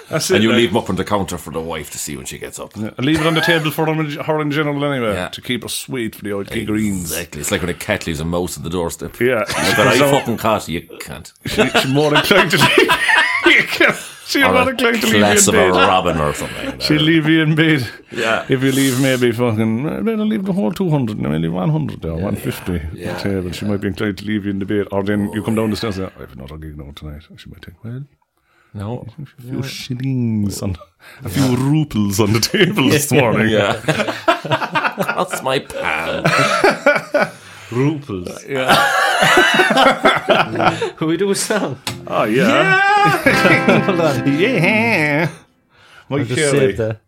That's it,
And you
like.
leave them up on the counter for the wife to see when she gets up.
I leave it on the table for them, in- her in general anyway
Yeah.
to keep her sweet for the old key greens.
Exactly. It's like when a cat leaves a mouse at the doorstep.
Yeah,
But I
So
fucking caught you can't.
she, she's more inclined to leave. she's
Or
more
a
inclined to leave you
class
in
of a
bed.
robin or something.
She'll leave you in bed.
Yeah.
If you leave maybe fucking, uh, then I'll leave the whole 200, and then I'll leave 100 or 150 on
yeah,
the table. She might be inclined to leave you in the bed. Or then you come down the stairs and say, "Oh, I have another gig now tonight. She might think, well,
No.
a few shillings, on, a few ruples on the table this morning.
Yeah. That's my pal.
Ruples. Yeah. Can we do a song?
Oh, yeah.
Hold on.
Yeah. Mike
Just
Kelly.
save that.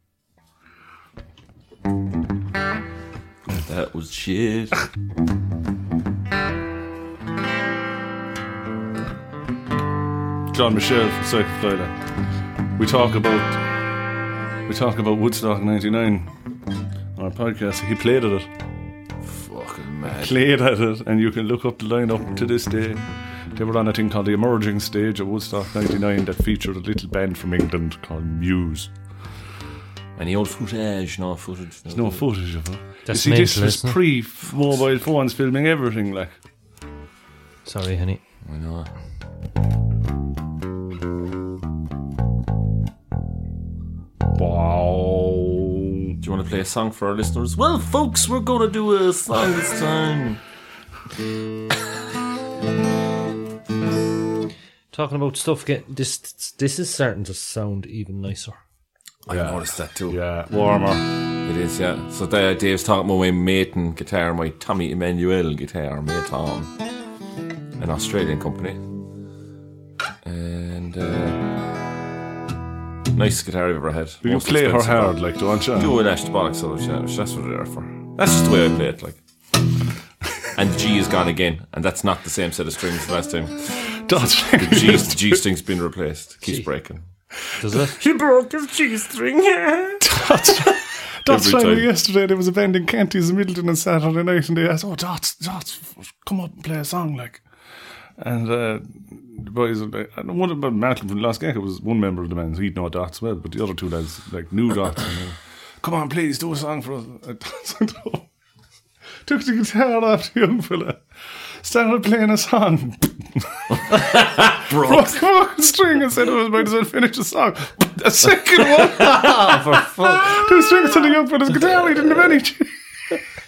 That was shit.
John Michel from Safe Florida. We talk about we talk about Woodstock '99 on our podcast. He played at it,
Fucking mad.
played at it, and you can look up the lineup to this day. They were on a thing called the Emerging Stage at Woodstock '99 that featured a little band from England called Muse.
Any old footage? No footage.
No footage of it. You
That's
see, this
mental,
was
isn't it?
pre mobile phones filming everything. Like,
Sorry, honey.
I know.
wow.
Do you want to play a song for our listeners? Well, folks, we're going to do a song this time.
Talking about stuff. Get this. This is starting to sound even nicer.
Oh, I noticed that too.
Yeah, warmer.
It is, yeah. So there, Dave's talking about my mate and guitar, my Tommy Emmanuel guitar, mate Tom, an Australian company. And uh, nice guitar I've ever had.
You can
Most
play her
expensive
hard,
one.
like, don't you?
Do an Ash bollocks out of it, That's what they're for. That's just the way I play it, like. And the G is gone again, and that's not the same set of strings as last time.
That's
The G, the G string's been replaced. Keeps breaking.
Does it?
He broke his G string.
Dots
Every
rang me
time.
yesterday. There was a band in Canties in Middleton on Saturday night, and they asked, "Oh, Dots, Dots, come up and play a song." Like, and uh, the boys, and one of Malcolm from Las Gecko was one member of the band. so He'd know Dots well, but the other two lads like knew Dots. and they were, come on, please do a song for us. And Dots went up, Took the guitar off the young fella, started playing a song. Broke the fucking string and said, "I might as well finish the song." A second one. Two strings to the young fella's guitar, he didn't have any. He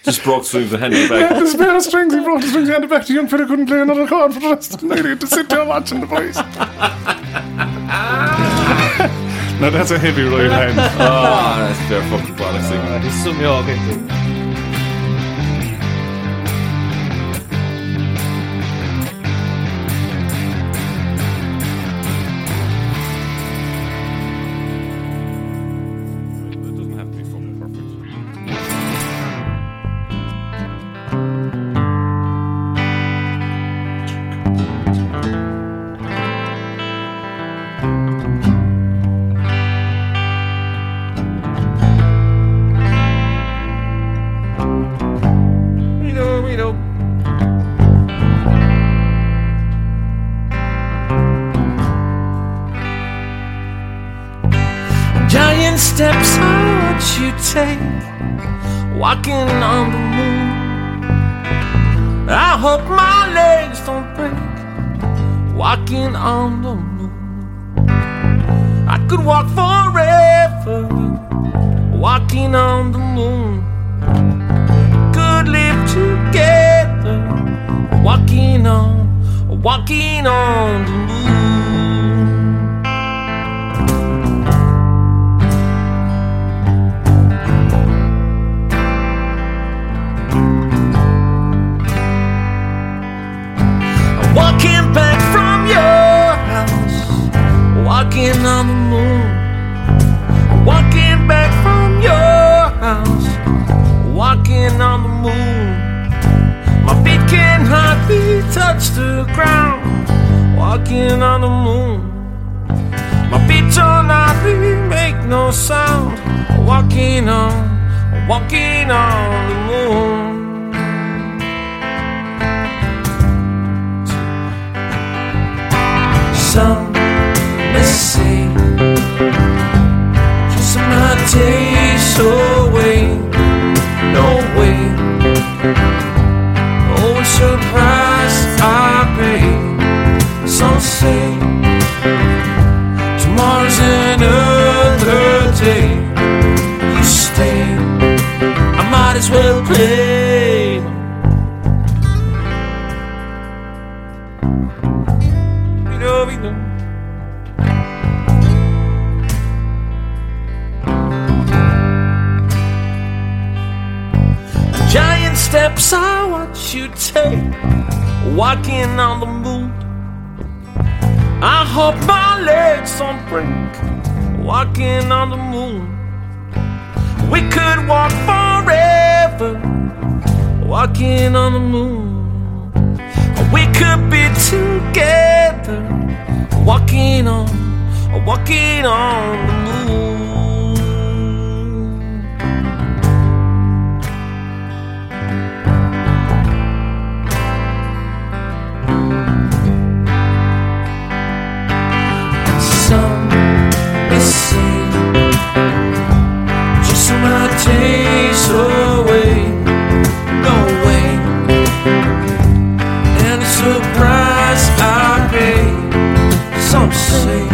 Just broke through the hand in the
had
back.
the spare strings, he brought the strings handed back to the young fella, couldn't play another chord for the rest of the night. He had to sit there watching the boys. now that's a heavy right hand.
Ah, that's their fucking bollocks thing.
This is something I'll get to.
It doesn't have to be fucking perfect.
Giant steps are what you take, walking on the moon. I hope my legs don't break, walking on the moon. I could walk forever, walking on the moon. Could live together, walking on, walking on the moon. Walking back from your house, walking on the moon. Walking back from your house, walking on the moon. My feet can hardly touch the ground, walking on the moon. My feet don't hardly make no sound, walking on, walking on the moon. Some may say, just my taste away. No way. Oh, what surprise I pay. Some say, tomorrow's another day you stay. I might as well play. Be-do-be-do. Giant steps I watch you take, walking on the moon. I hope my legs don't break, walking on the moon. We could walk forever, walking on the moon. We could be together, walking on, walking on the moon. Some may say just my taste away. No way. And the surprise I pay. Some say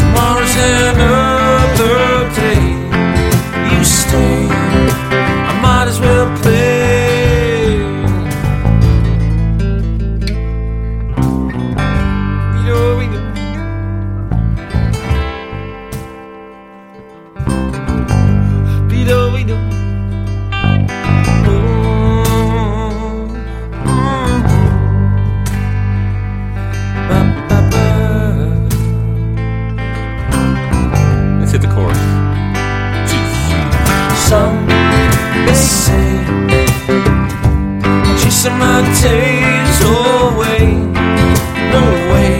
tomorrow's another day. You stay. I might as well play. You know we go. Be-do-be-do. Ooh. Mm-hmm. Ba-ba-ba.
Let's hit the chorus.
Some may say Chasing my days away No way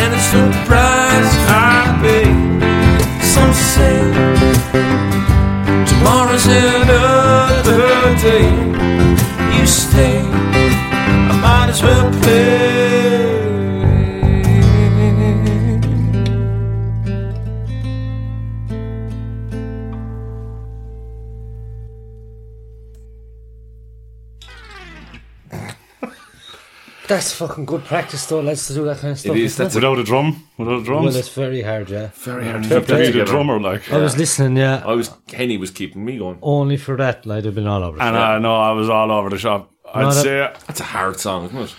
And it's the price I pay Some say Tomorrow's another day You stay I might as well play
That's fucking good practice, though, lads, to do that kind of stuff.
is,
isn't
that's
it?
Without a drum, without drums,
Well, it's very hard, yeah.
Very hard
have to
that
be the
together.
drummer like.
I was listening, yeah.
I was Henny was keeping me going.
Only for that, I'd have been all over. it.
And I know I was all over the shop. I'd
No, that-
say,
That's a hard song, isn't it?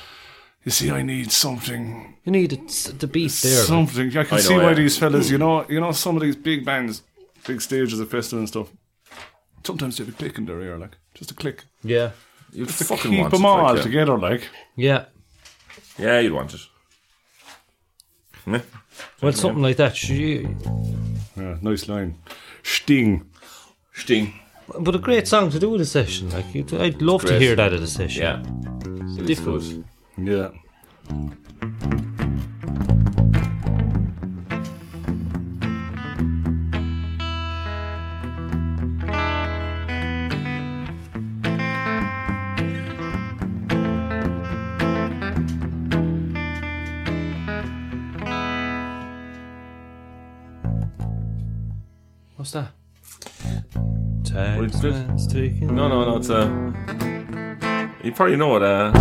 you see, I need something
you need it, s- the beat there. like.
something. I can
I
see
know,
why
yeah.
these fellas, you know, you know, some of these big bands, big stages at festival and stuff. Sometimes they have a click in their ear, like just a click.
Yeah.
You'd
To
fucking
keep
want it,
them all
like, yeah.
together, like
Yeah.
yeah, you'd want it. Yeah.
Well, something like that. sh- you-
yeah, nice line. Sting.
Sting.
But a great song to do at a session. Like you'd, I'd love to
great.
hear that at a session.
Yeah.
Different.
Different.
Yeah.
What's that?
Well, it's good.
Time's ticking.
No, no, no. It's uh, you probably know it. Uh,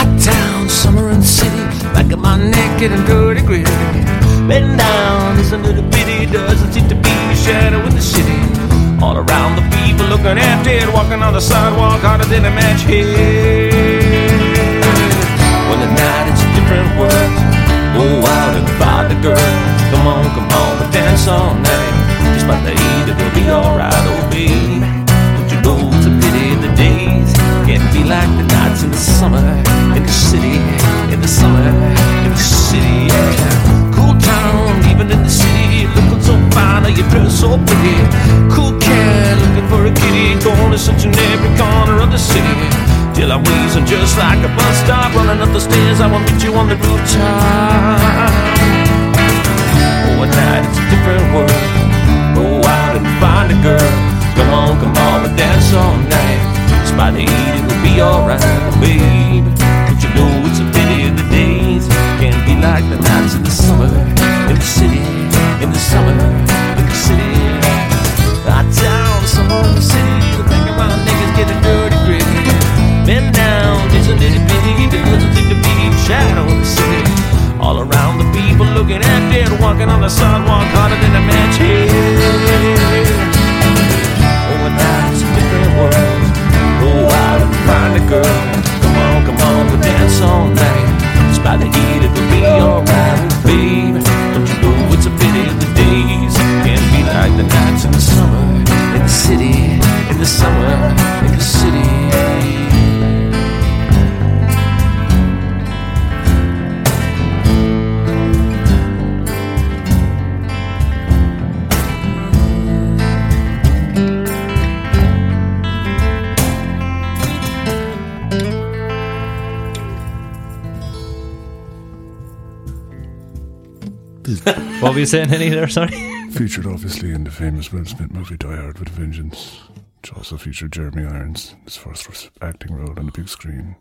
Hot town, summer in the city, back of my neck getting dirty gritty. Bend down, this a little bitty, doesn't seem to be a shadow in the city. All around the people looking after it, walking on the sidewalk harder than a match hit. Well, at night it's a different world. Go out and find a girl. Come on, come on, we dance all night. Just by the eight, it'll be alright, oh babe. Don't you go to pity the days? Can't be like the nights in the summer, in the city, in the summer, in the city. Yeah. Cool town, even in the city, looking so fine, oh, you dress so pretty. Cool cat, looking for a kitty, going to such an every corner of the city. Till I'm wheezing just like a bus stop running up the stairs. I will meet you on the rooftop. Oh, at night it's a different world. Go out and find a girl. Come on, come on, and dance all night. Spot the heat, it'll be alright, babe. But you know it's a pity the days can't be like the nights in the summer, in the city, in the summer, in the city. Hot town, summer in the city. The thing about niggas get a dirty grip. Bend down, it's a nitty bitty. The girls will take the big shadow in the city. All around the people looking at dead, walking on the sidewalk harder than a match head. Over nights, different world. Go out and find a girl. Come on, come on, we'll dance all night. It's by the heat, it'll be alright, babe. Don't you know it's a pity the days can't be like the nights in the summer, in the city, in the summer, in the city.
What were you saying, Henny, there? Sorry.
Featured obviously in the famous Will Smith movie Die Hard with a Vengeance, which also featured Jeremy Irons, his first acting role on the big screen.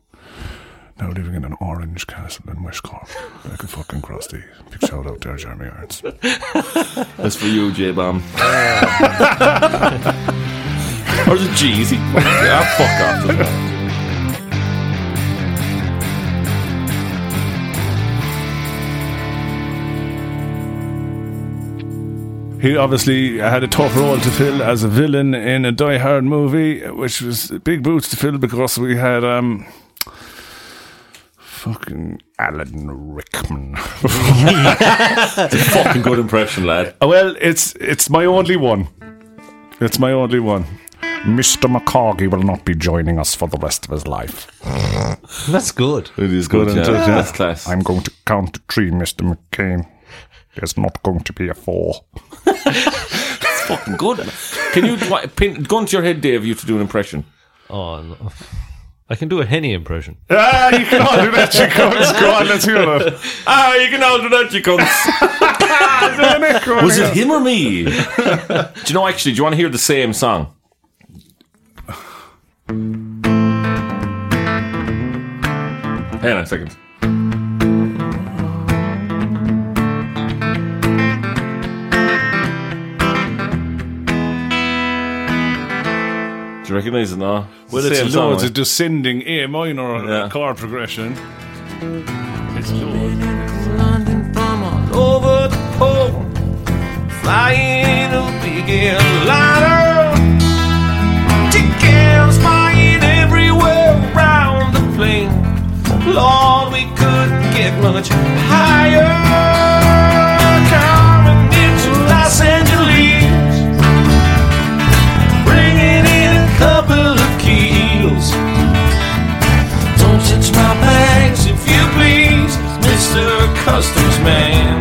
Now living in an orange castle in West Cork, like a fucking crusty. Big shout out there, Jeremy Irons.
That's for you, J Bomb. or is it Jeezy? Ah, fuck off.
He obviously had a tough role to fill as a villain in a Die Hard movie, which was big boots to fill because we had um fucking Alan Rickman.
Fucking good impression, lad.
well, it's it's my only one. It's my only one. Mr. McCargy will not be joining us for the rest of his life.
That's good.
It is good.
Good
yeah.
indeed, yeah.
That's class.
I'm going to count to three, Mr. McCain. There's not going to be a four.
fucking good. Can you dwi- pin, gun to your head, Dave? You to do an impression.
Oh, no. I can do a Henny impression.
Ah, you can all do that, you cunts. Go on, let's hear it.
Ah, you can all do that, you cunts. Was it him or me? do you know? Actually, do you want to hear the same song? Hang on a second. Do you recognise it now?
Well,
the
it's
same song,
loads
right?
of descending A minor
Yeah.
chord progression.
London from all over the pole, flying a big airliner. Chickens flying everywhere around the plane. Lord, we couldn't get much higher. Coming into Los Angeles, bringing in a couple of kilos. Don't touch my bags if you please, Mr. Customs Man.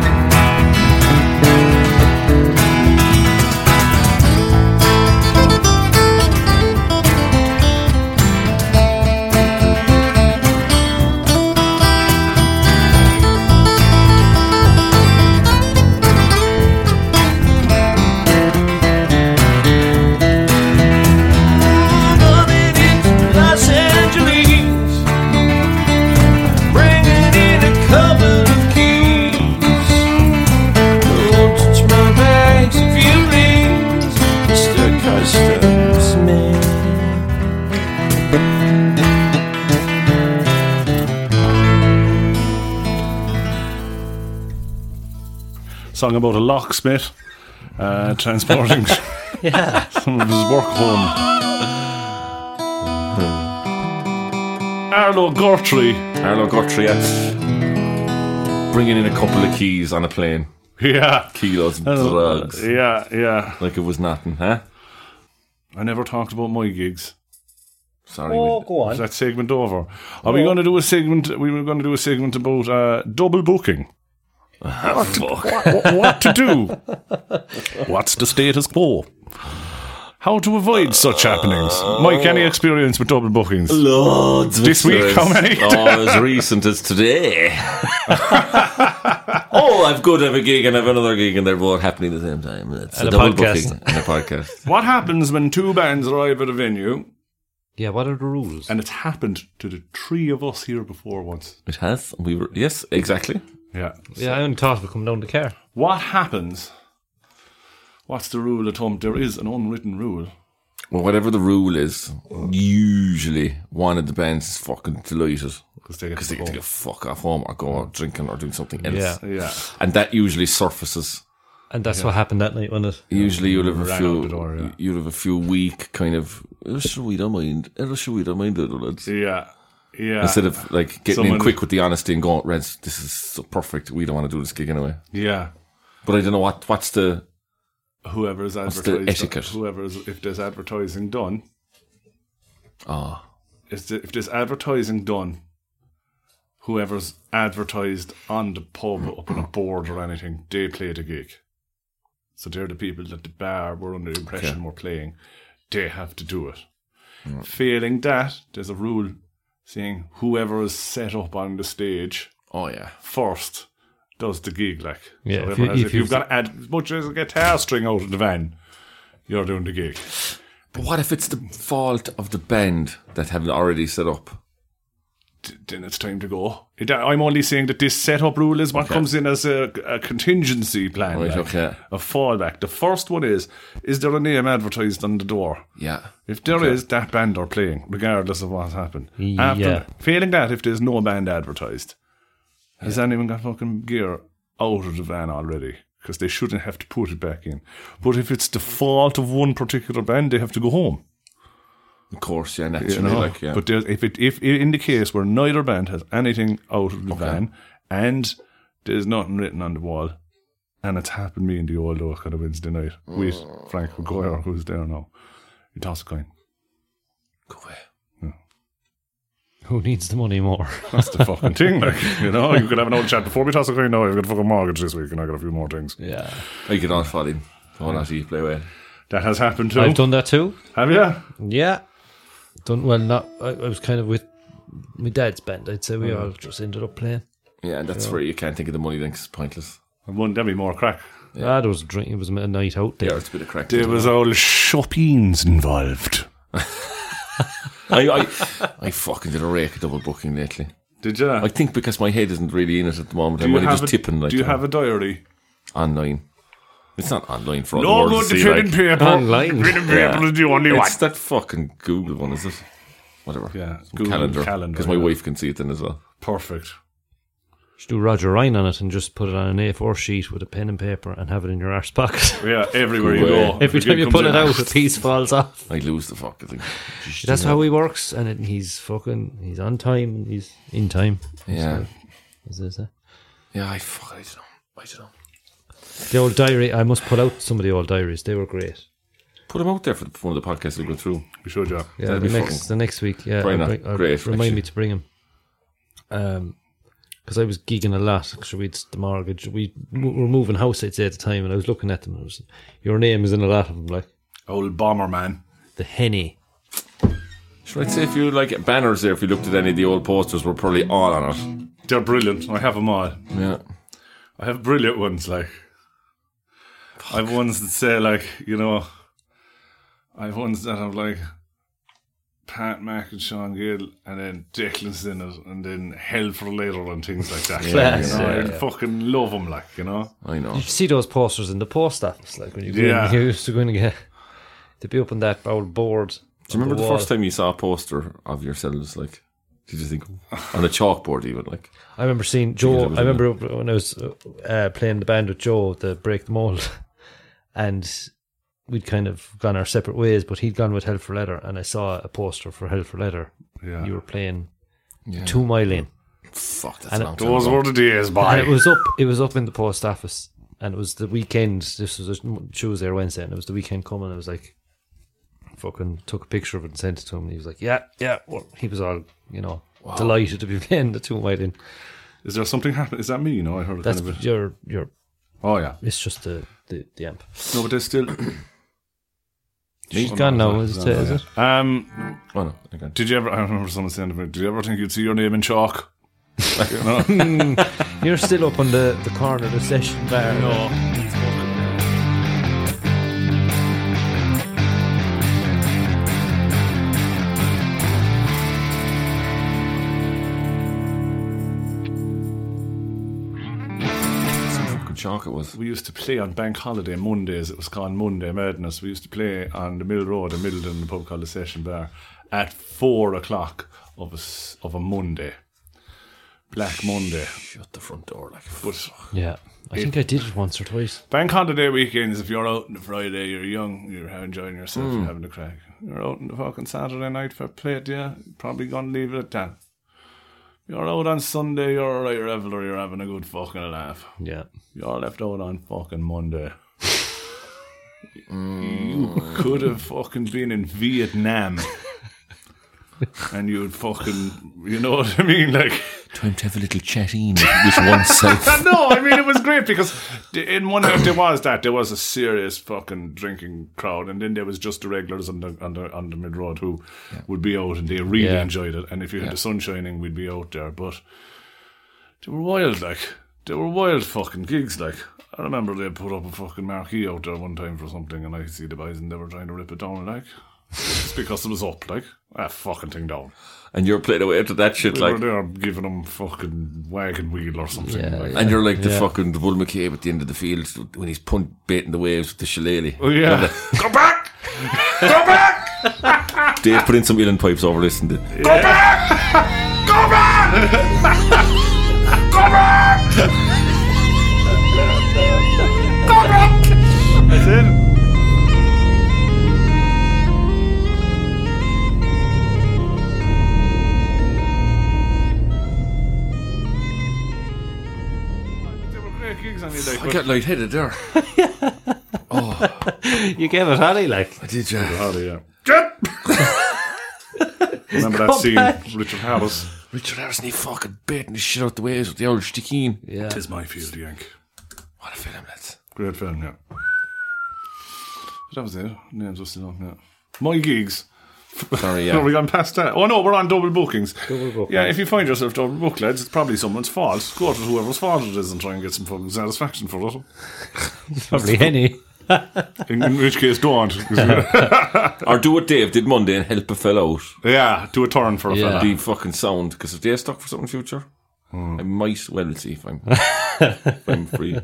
Coming into Los Angeles, bringing in a couple of keys. Don't touch my bags if you please, Mr. Customs Man.
Song about a locksmith uh, transporting some of his work home. Arlo Hmm. Gortry.
Arlo Guthrie yeah. bringing in a couple of keys on a plane,
Yeah.
kilos of drugs,
Yeah, yeah.
like it was nothing, huh?
I never talked about my gigs.
Sorry, we-
go
Is that segment over? Are we going to do a segment? We were going to do a segment about uh, double booking. what, what to do? What's the status quo? How to avoid such happenings. Mike, any experience with double bookings?
Loads. of
This week,
experience.
how many?
Oh, as recent as today. oh, I've good. I've a gig and I've another gig, and they're both happening at the same time. It's
And a
double
podcast.
booking and a podcast.
What happens when two bands arrive at a venue?
Yeah, what are the rules?
And it's happened to the three of us here before once.
It has. We were yes, exactly.
Yeah.
yeah, I only thought we come down the car.
What happens? What's the rule at home? There is an unwritten rule.
Well, whatever the rule is, usually one of the bands is fucking delighted because
they get to
they
go
get to
home.
go fuck off home or go out drinking or doing something else.
Yeah.
Oh. Yeah.
And that usually surfaces.
And that's what happened that night, wasn't it?
Usually, you'll have a
Rang
few,
out the door, yeah.
you'll have a few weak kind of. "Oh, Sure, we don't mind. Oh, Sure, we don't mind it, lads."
Yeah. Yeah.
Instead of like getting
Someone-
in quick with the honesty and going, "Reds, this is so perfect. We don't want to do this gig anyway."
yeah.
But I don't know what what's the
Whoever is
the
advertising.
etiquette?
Whoever is, if there's advertising done,
ah.
is the, if there's advertising done, whoever's advertised on the pub up on a board or anything, they play the gig. So they're the people that the bar were under the impression were playing. They have to do it. Failing that, there's a rule saying whoever is set up on the stage
oh yeah,
first does the gig. Like,
Yeah, if
so if,
you-
has,
if
if you've
you've-
got ad, as much as a guitar string out of the van, you're doing the gig.
but what if it's the fault of the band that have already set up?
t- then it's time to go. It- I'm only saying that this setup rule is what comes in as a, a contingency plan,
Right,
like,
okay.
a fallback. The first one is: is there a name advertised on the door?
Yeah,
If there is, that band are playing, regardless of what's happened.
Yeah.
After failing that, if there's no band advertised, has anyone got fucking gear out of the van already? Because they shouldn't have to put it back in. But if it's the fault of one particular band, they have to go home.
of course, yeah, naturally,
You know,
like yeah.
But there's, if it if in the case where neither band has anything out of the van and there's nothing written on the wall, and it's happened me in the old oak on a Wednesday night with Frank McGuire, who's there now, you toss a coin.
Go away.
Who needs the money more?
That's the fucking thing, like you know, you could have an old chat before we toss a coin. No, I've got a fucking mortgage this week, and I got a few more things.
yeah.
I could all fall in. Oh, not you play well.
That has happened too.
I've done that too.
have you?
Yeah. Done well, not. I, I was kind of with my dad's band, I'd say. We
Mm.
all just ended up playing.
Yeah, and that's where you can't think of the money then 'cause it's pointless.
Wouldn't that be more crack?
Ah, there was a drink. It was a night out
Yeah,
there.
it's a bit of crack.
There was old shoppings involved.
I, I, I fucking did a rake of double booking lately.
Did you?
I think because my head isn't really in it at the moment. I'm only just tipping like
do you
on-
have a diary?
online. It's not online for all
No
the world
good
to
to pen
see.
and
Like,
paper.
Online.
Pen and paper is the only one.
it's that fucking Google one, is it? Whatever.
Yeah,
Some
Google
calendar.
calendar,
Because my
yeah.
wife can see it then as well.
Perfect.
Should do Roger Ryan on it and just put it on an A4 sheet with a pen and paper and have it in your arse pocket.
Yeah, everywhere you
Good way.
go.
Every
If a kid
time you
comes
pull it
in-
out, a piece falls off.
I lose the fucking thing.
That's how he works, and it, he's fucking. He's on time and he's in time.
Yeah.
Is this it?
Yeah, I fuck. I don't know. I don't know.
The old diary. I must put out some of the old diaries. They were great.
Put them out there for the, one of the podcasts we go through.
You should, yeah.
Yeah,
That'd
the
be
next
fucking-
the next week. Yeah,
Bring
I'll
that.
I'll
Great,
Remind me
actually.
to bring him. Um, because I was gigging a lot. Actually, we'd the mortgage. We we were moving house. I'd say at the time, and I was looking at them. And I was, your name is in a lot of them, like
Old bomber man.
the henny.
Should I say if you like banners there, if you looked at any of the old posters, we're probably all on it.
They're brilliant. I have them all.
Yeah.
I have brilliant ones. Like, I have ones that say like, you know, I have ones that have like Pat Mack and Sean Gill, and then Declan's in it, and then Hell for Later and things like that.
Class,
you know,
yeah.
I fucking love them. Like, you know,
I know.
You see those posters in the post office, like when you go
Yeah.
in, you used to go in and get. They'd be up on that old board.
Do you remember the, first time you saw a poster of yourselves? Like, did you think on a chalkboard even? Like,
I remember seeing Joe. I remember when I was uh, playing the band with Joe, the Break the Mold, and we'd kind of gone our separate ways. But he'd gone with Hell for Leather, and I saw a poster for Hell for Leather.
Yeah.
You were playing Two Mile In,
fuck, that's
And
and
it-
long time
those
ago.
were the days,
and
by.
it was up. It was up in the post office, and it was the weekend. This was a Tuesday or Wednesday, and it was the weekend coming. I was like, fucking took a picture of it and sent it to him, and he was like, yeah, yeah. Well, he was all you know delighted to be playing the Two Mile In.
Is there something happening? Is that me? You know, I heard a
That's
kind of a,
your your.
Oh yeah.
It's just the the, the amp.
No, but there's still.
She's gone now, is it? Is it?
Um,
Oh no, okay.
Did you ever? I remember someone saying to me, "Did you ever think you'd see your name in chalk?" Like, you know?
You're still up on the, the corner of the session bar.
Good shock it was.
We used to play on bank holiday Mondays. It was called Monday Madness. We used to play on the Mill Road in Middleton, the pub called the Session Bar, at four o'clock of a s- of a Monday, Black Monday.
Shut the front door, like.
But
Yeah. I think I did it once or twice.
bank holiday weekends, if you're out on a Friday, you're young, you're enjoying yourself, you're having a crack. You're out on the fucking Saturday night for a plate, yeah, probably gonna leave it at that. You're out on Sunday, you're alright, you're having, you're having a good fucking laugh.
Yeah.
You're left out on fucking Monday. you could have fucking been in Vietnam. and you'd fucking, you know what I mean? Like,
Time to have a little chat in with oneself.
no, I mean, it was great because th- in one night there was that. There was a serious fucking drinking crowd. And then there was just the regulars on the, on the, on the mid road who would be out and they really
Yeah.
enjoyed it. And if you had the sun shining, we'd be out there. But they were wild, like they were wild fucking gigs. Like I remember they put up a fucking marquee out there one time for something, and I could see the boys and they were trying to rip it down. Like it's because it was up, like that fucking thing down.
and you're playing away to that shit,
They
like.
were there giving them fucking wagon wheel or something.
Yeah,
like.
And you're like the
Yeah.
fucking Bull McCabe at the end of the field when he's punt baiting the waves with the shillelagh.
Oh, yeah. Go back! Go back!
Dave put in some Elon pipes over this and the,
Go back! Go back! Go back! That's it. They were great gigs, I mean, like,
I got lightheaded there.
You gave it honey, like.
I did, yeah.
Hardy, yeah. Remember that scene, Richard Harris.
Richard Harrison, he fucking baiting the shit out the waves with the old stickeen.
Yeah.
Tis my field, Yank.
What a film, lads.
Great film, yeah. But that was it. Names were still on, yeah. My gigs.
Sorry,
No, we
yeah.
gone past that. Oh no, we're on double bookings. Double bookings. Yeah, if you find yourself double booked, lads, it's probably someone's fault. Go to whoever's fault it is and try and get some fucking satisfaction for it.
Probably Henny.
In, in which case, don't.
or do what Dave did Monday and help a fellow out.
yeah, do a turn for a
Yeah.
fella.
Be fucking sound, because if they're stuck for something future, I might well see if I'm, if I'm free.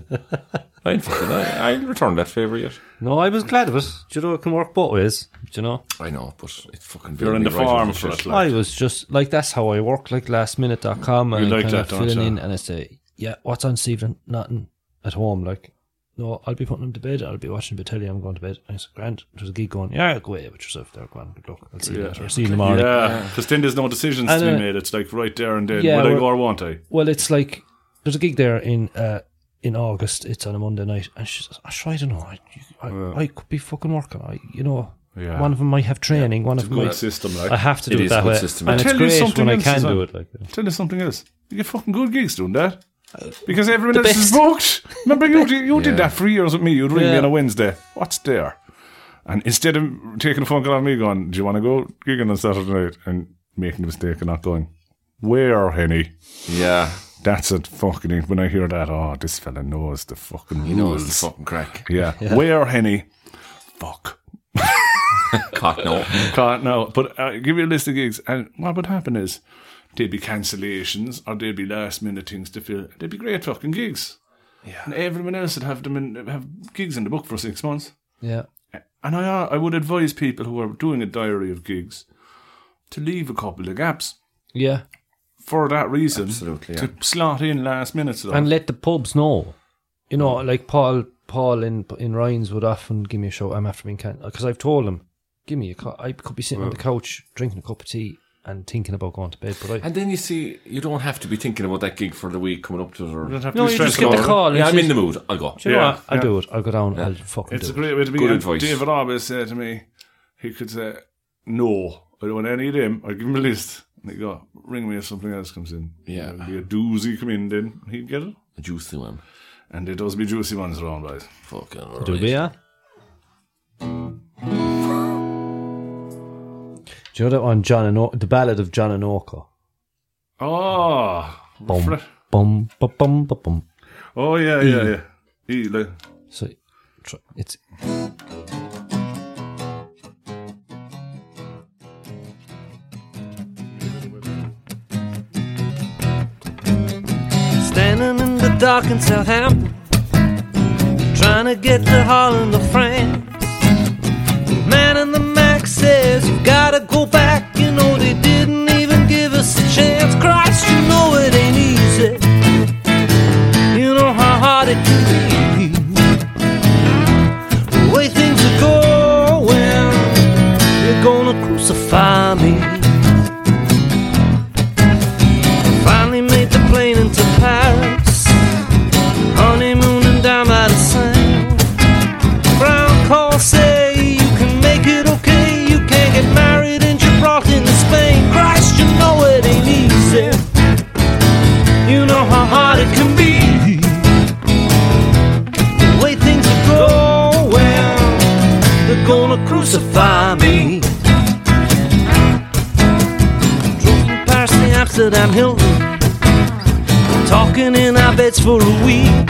I'll fucking, I, I'll return that favour yet.
No, I was glad of it. Do you know it can work both ways? Do you know?
I know, but it's fucking
You're in the
right over
farm
the
for it,
shit.
like.
I was just like that's how I work, like lastminute.com and
You like
kind
that,
of
don't
filling
you?
in and I say, Yeah, what's on this evening? Nothing at home, like no, I'll be putting them to bed, I'll be watching the telly, I'm going to bed. And I said, Grant, there's a gig going, Yeah, go away with yourself there, Grant. Good luck. I'll see you later. See you in the morning.
Yeah, because then there's no decisions
And,
to
uh,
be made. It's like right there and then.
yeah,
Will I
we're-
go or won't I?
Well it's like there's a gig there in uh in August, it's on a Monday night, and she says, "I try to know. I, I, I could be fucking working. I, you know,
Yeah.
one of them might have training. One of them
Good
might
system, like.
I have to do
It
it,
is a
that
good
way,
system.
and
I
it's
tell you
great
something
when I
else
can
as well.
do it. Like that.
Tell you something else. You get fucking good gigs doing that. Because everyone
The
else is
best.
booked. Remember, you, did- you
Yeah.
did that for years with me. You'd ring me
Yeah.
on a Wednesday. What's there? And instead of taking a phone call on me going, Do you want to go gigging on Saturday night? And making the mistake of not going, Where, Henny?
Yeah.
That's a fucking. When I hear that, oh, this fella knows the fucking rules.
You know, it's the fucking crack.
yeah. Where, Henny? Fuck.
Cock no.
Can't no, but uh, give you a list of gigs, and what would happen is there'd be cancellations or there'd be last minute things to fill. They'd be great fucking gigs. Yeah. And everyone else would have them in, have gigs in the book for six months.
Yeah,
And I I would advise people who are doing a diary of gigs to leave a couple of gaps
yeah,
for that reason.
Absolutely,
To slot in last minute stuff.
and let the pubs know. You know, like Paul, Paul in in Ryan's would often give me a show. I'm after being can because I've told him, give me a. Co-. I could be sitting on the couch drinking a cup of tea and thinking about going to bed, but I.
And then you see, you don't have to be thinking about that gig for the week coming up to it. Or,
You don't have to
no,
be
you just
stressed
get the
about it.
call. and
yeah, I'm
says,
in the mood. I'll go.
"Do you know
Yeah,
what? I'll
yeah.
do it. I'll go down. I'll fucking
It's a
do it.
great way to be.
Good
And
advice.
David always said to me, he could say, "No, I don't want any of them. I give him a list." And he go, "Ring me if something else comes in."
Yeah.
There'll be a doozy come in, then he'd get it.
A juicy one.
And there does be juicy ones around, guys.
Fucking
Do
right.
we? Yeah. Do you know that one, John and o- the Ballad of John and Orca?
Oh,
Bum,
refre-
bum, bum, bum, bum, bum.
oh yeah, yeah, yeah. E, like,
So tr- it's
Standing in the dark in Southampton, trying to get to Holland or France. The man in the Mac says, You gotta go back. You know, they didn't even give us a chance. Christ, you know it ain't easy. You know how hard it can be. The way things are going, you're gonna crucify me. Finally made the plane into Paris. Honeymoon and down by the Seine. Brown call say you can make it okay. You can't get married and you're brought into Spain. Christ, you know it ain't easy. You know how hard it can be. The way things are going, they're gonna crucify me. Drove from Paris to Amsterdam Hilton. Talking in our beds for a week.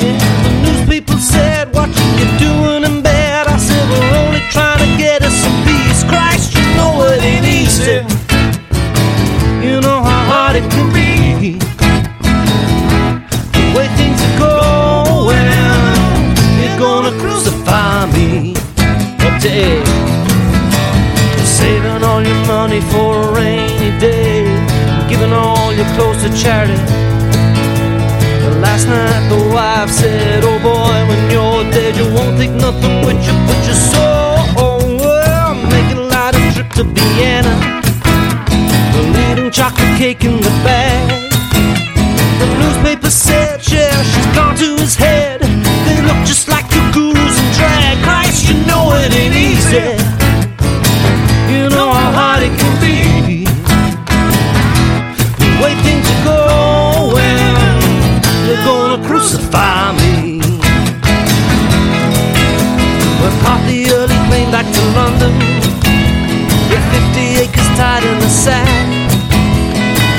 Yeah, the news people said, What you get doing in bed? I said, We're only trying to get us some peace. Christ, you know it ain't easy. You know how hard it can be. The way things are going, you're gonna crucify me. Up to eight. Saving all your money for a rainy day. Giving all your clothes to charity. But last night the wife said, Oh boy, when you're dead, you won't take nothing with you but your soul. Well, making a lot of trip to Vienna. We're eating chocolate cake in the bag. The newspaper said, Yeah, she's gone to his head. They look just like the gurus in drag. Christ, you know it ain't easy. You know how hard it can be. The way things are going, they're gonna crucify me. We'll pop the early plane back to London. Get 50 acres tied in the sand.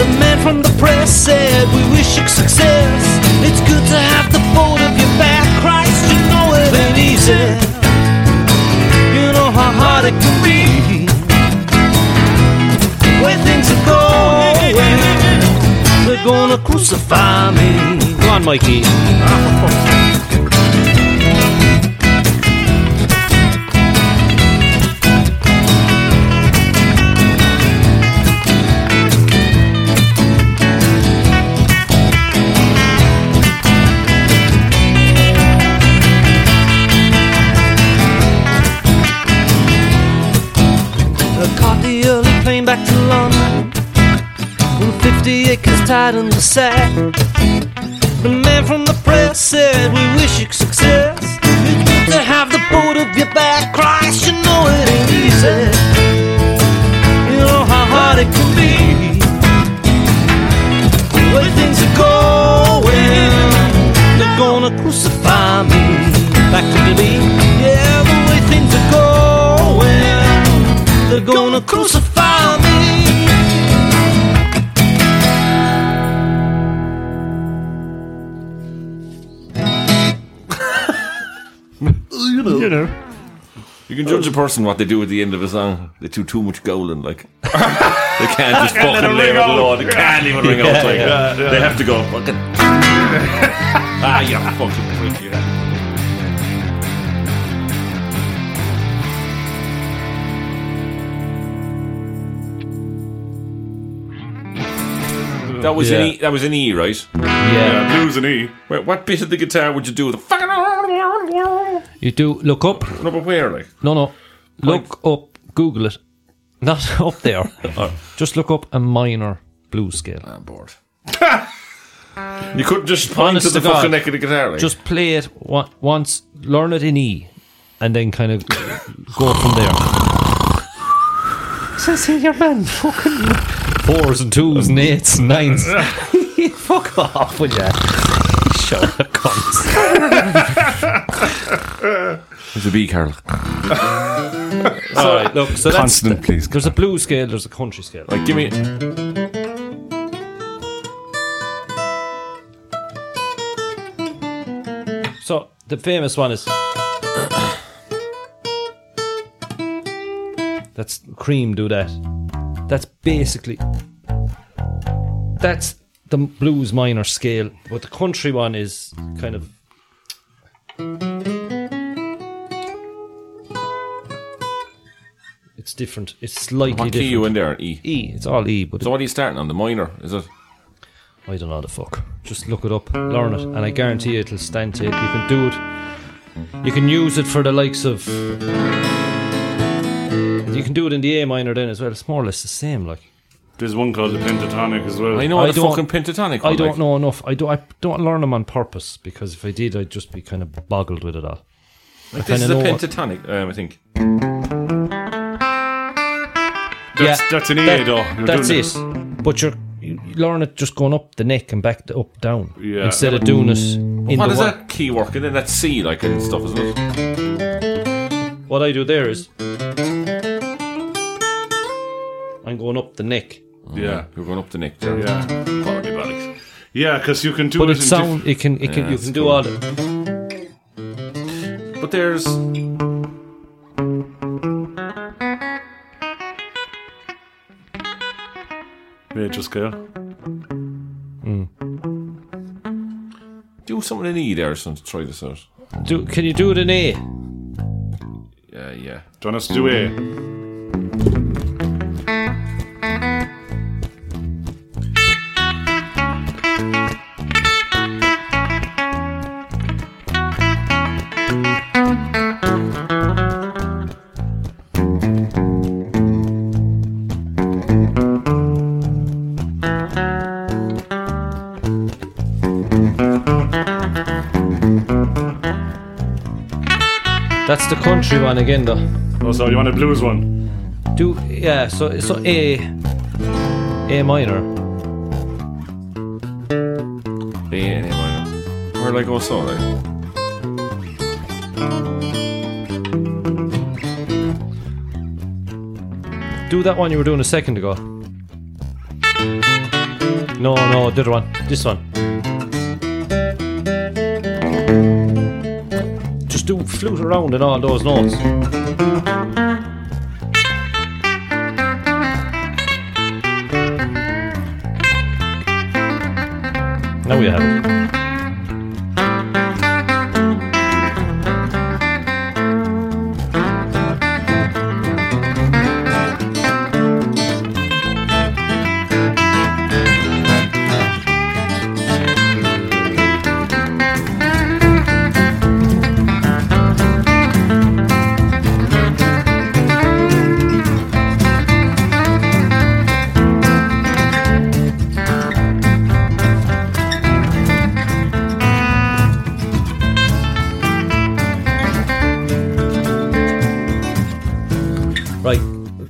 The man from the press said, We wish you success. It's good to have the boat of your back. Christ, you know it ain't easy. You know how hard it can be where things are going. They're gonna crucify me.
go on, Mikey.
I caught the early plane back to London. With 50 acres tied in the sack. The man from the press said, We wish you success. It's good to have the boat of your back. Christ, you know it ain't easy. You know how hard it can be. The way things are going, they're gonna crucify me. Back to the beat. Yeah, the way things are going. They're gonna crucify me.
you know,
You can judge a person what they do at the end of a song. They do too much golden, like they can't just fucking lay it alone. They can't even ring out. Like, They have to go fucking. ah, you fucking prick! You have. That was
Yeah.
an E. That was an E, right?
Yeah.
yeah, blues and E.
Wait, what bit of the guitar would you do with a fucking?
You do look up.
No, but where, like?
No, no. Look up. Google it. Not up there.
Oh.
Just look up a minor blues scale.
I'm bored. you couldn't just point
Honest
to the
to God.
fucking neck of the guitar, like.
Just play it wa- once. Learn it in E, and then kind of go from there. So see your man fucking fours and twos and eights and nines. Fuck off, will ya? Show the cunts.
It's a B, Carl.
All right, look. So that's,
Constant, please.
there's a blues scale, there's a country scale.
Like, give me.
So the famous one is that's cream do that. That's basically that's the blues minor scale, but the country one is kind of it's different. It's slightly
What key
different.
you in there? E.
E, it's all E, but
So what are you starting on? The minor? Is it?
I don't know the fuck. Just look it up, learn it, and I guarantee you it'll stand to it. You can do it. You can use it for the likes of. You can do it in the A minor then as well. It's more or less the same. Like
There's one called the pentatonic as well.
I know
I
the
don't-
fucking pentatonic.
I
one,
don't
like.
know enough. I don't. I don't learn them on purpose because if I did, I'd just be kind of boggled with it all. I
This
kinda
is a
know what-
pentatonic. Um, I think.
That's, that's an E
that-
though. You're
that's
doing
it. But you're you you learn it just going up the neck and back to up down
Yeah.
instead of doing it in
What
the
is
wa-
that key work? And then that C, like and stuff as well.
What I do there is I'm going up the neck.
Yeah.
You're going up the neck there.
Yeah.
Quality bollocks.
Yeah, because you can do
But
it
it
in
sound it can it can you
it's
can do
cool.
all the
But there's.
diff- major scale.
Do something in E there or something. Try this out.
do can you do it in A?
Yeah, yeah.
Don't have to do A.
That's the country one again though.
Oh, so you want a blues one?
Do yeah, so so A A minor.
A and A minor. Or like also like.
Do that one you were doing a second ago. No, no, the other one. This one. Just do flute around in all those notes. Now we have it. Right,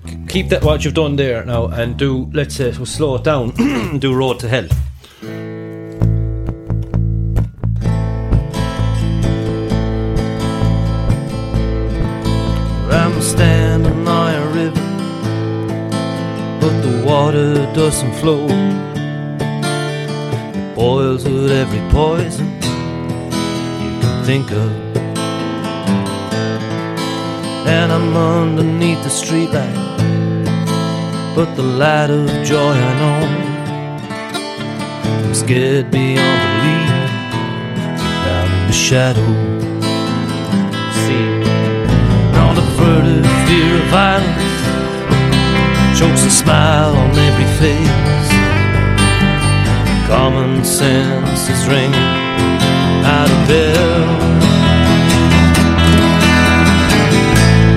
k- keep that what you've done there now and do, let's say, we'll slow it down and do Road to Hell.
I'm standing on a river, but the water doesn't flow. It boils with every poison you can think of. And I'm underneath the streetlight, but the light of joy I know. I'm scared beyond belief, down in the shadow. See, not a furtive fear of violence chokes a smile on every face. Common sense is ringing out of bell.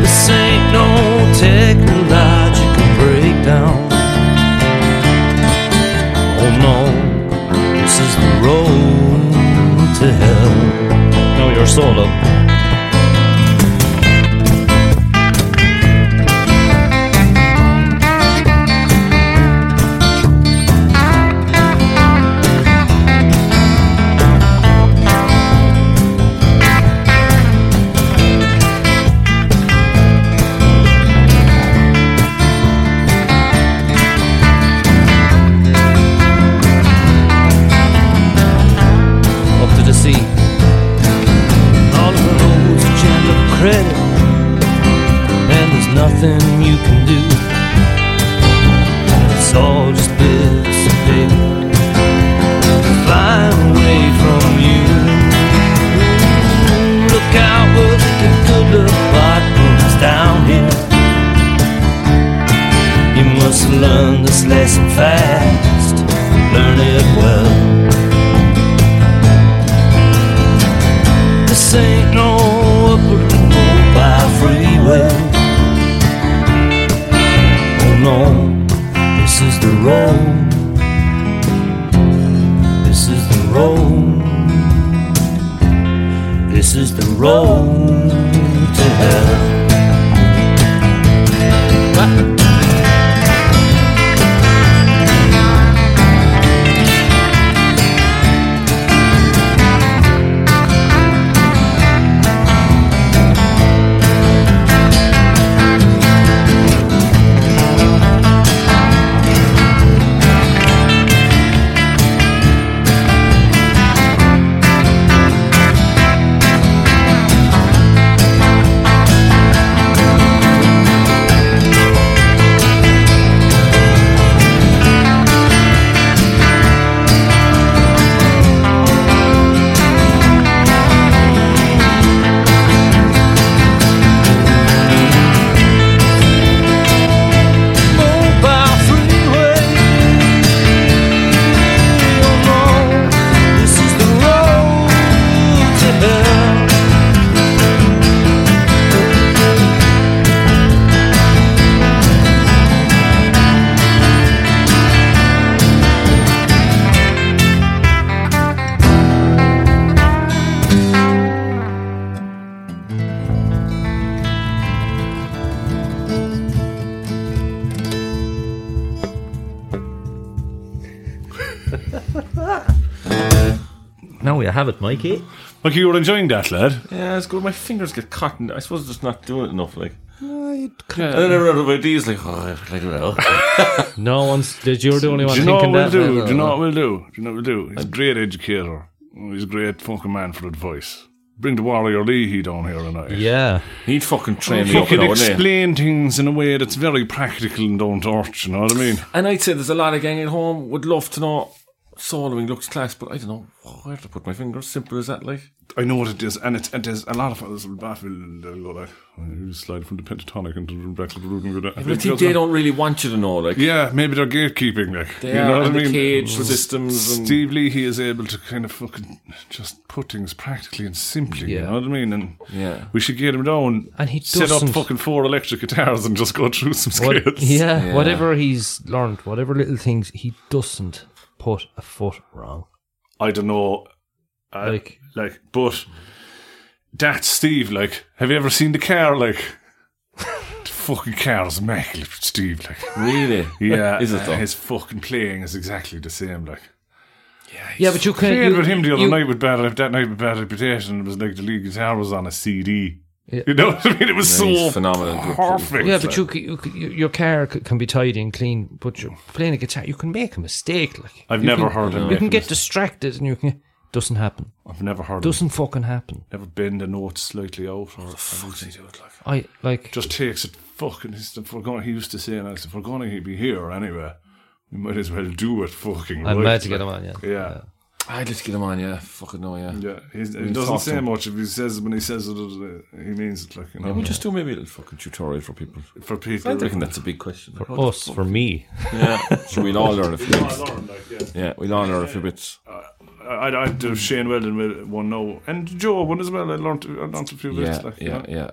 This ain't no technological breakdown. Oh no, this is the road to hell.
Now you're solo.
Oh, this is the road to hell. Mobile freeway. Oh no, this is the road to hell.
Now we have it, Mikey.
Like you were enjoying that, lad.
Yeah, it's good. My fingers get caught. In, I suppose it's just not doing it enough. Like, yeah, and then I wrote about these. Like, oh, like well.
No one's. Did you're the only one
Do you know what
thinking
we'll
that?
do? Do you know what we'll do? Do you know what we'll do? He's a great educator. He's a great fucking man for advice. Bring the warrior Leahy down here tonight.
Yeah.
He'd fucking train me up,
Fucking
now, wouldn't he?
explain things in a way that's very practical and down to earth, you know what I mean?
And I'd say there's a lot of gang at home would love to know soloing looks class, but I don't know where to put my fingers. Simple as that, like.
I know what it is, and it's, it is a lot of others will baffle and they'll go like, oh, you slide from the pentatonic into back to the root and go down.
But I think they don't really want you to know, like.
Yeah, maybe they're gatekeeping, like.
They
you
are,
know what I
and
mean? Mm.
the cage systems and
Steve Lee, he is able to kind of fucking just put things practically and simply. You
Yeah.
know what I mean? And
Yeah.
we should get him down.
And he
set up
doesn't-
fucking four electric guitars and just go through some
What-
scales.
yeah,
Yeah.
Whatever he's learned, whatever little things, he doesn't put a foot wrong.
I don't know. uh,
Like-
like, but that's Steve. Like, have you ever seen the car? Like, the fucking car is immaculate, Steve. Like,
really.
yeah,
Is it though?
uh, His fucking playing is exactly the same. Like.
Yeah, but you can't.
played
you-
with him the other
you-
night with bad that night with bad reputation. It was like the lead guitar was on a CD.
Yeah.
You know what I mean? It was
Yeah, he's
so
phenomenal.
perfect.
Yeah, but you, c- you, c- you, your car c- can be tidy and clean, but you're playing a guitar, you can make a mistake. Like
I've
you
never
can-
heard him.
You
make
can
a
get
mis-
distracted, and you can. Doesn't happen.
I've never heard. Him.
Doesn't fucking happen.
Never bend the notes slightly out or like?
I like.
Just takes it. Fucking. he's- If we're going, he used to say, and I said, if we're going to be here anyway, we might as well do it. Fucking.
I'm
right.
mad to get him on. Yeah.
Yeah.
I'd just get him on, yeah. Fucking no, yeah.
Yeah, he's, he doesn't
talk to
say
him.
much. If he says when he says it, uh, he means it. Like you know,
We'll just do maybe a little fucking tutorial for people.
for people.
I reckon that's a big question.
For us, for me.
So we'll all learn a few bits.
Lauren, like, yeah.
Yeah, we'll all learn a few bits.
I, I do Shane Weldon with one now, and Joe one as well. I learned, I learned a few
Yeah,
bits. Like, you
yeah,
know.
yeah.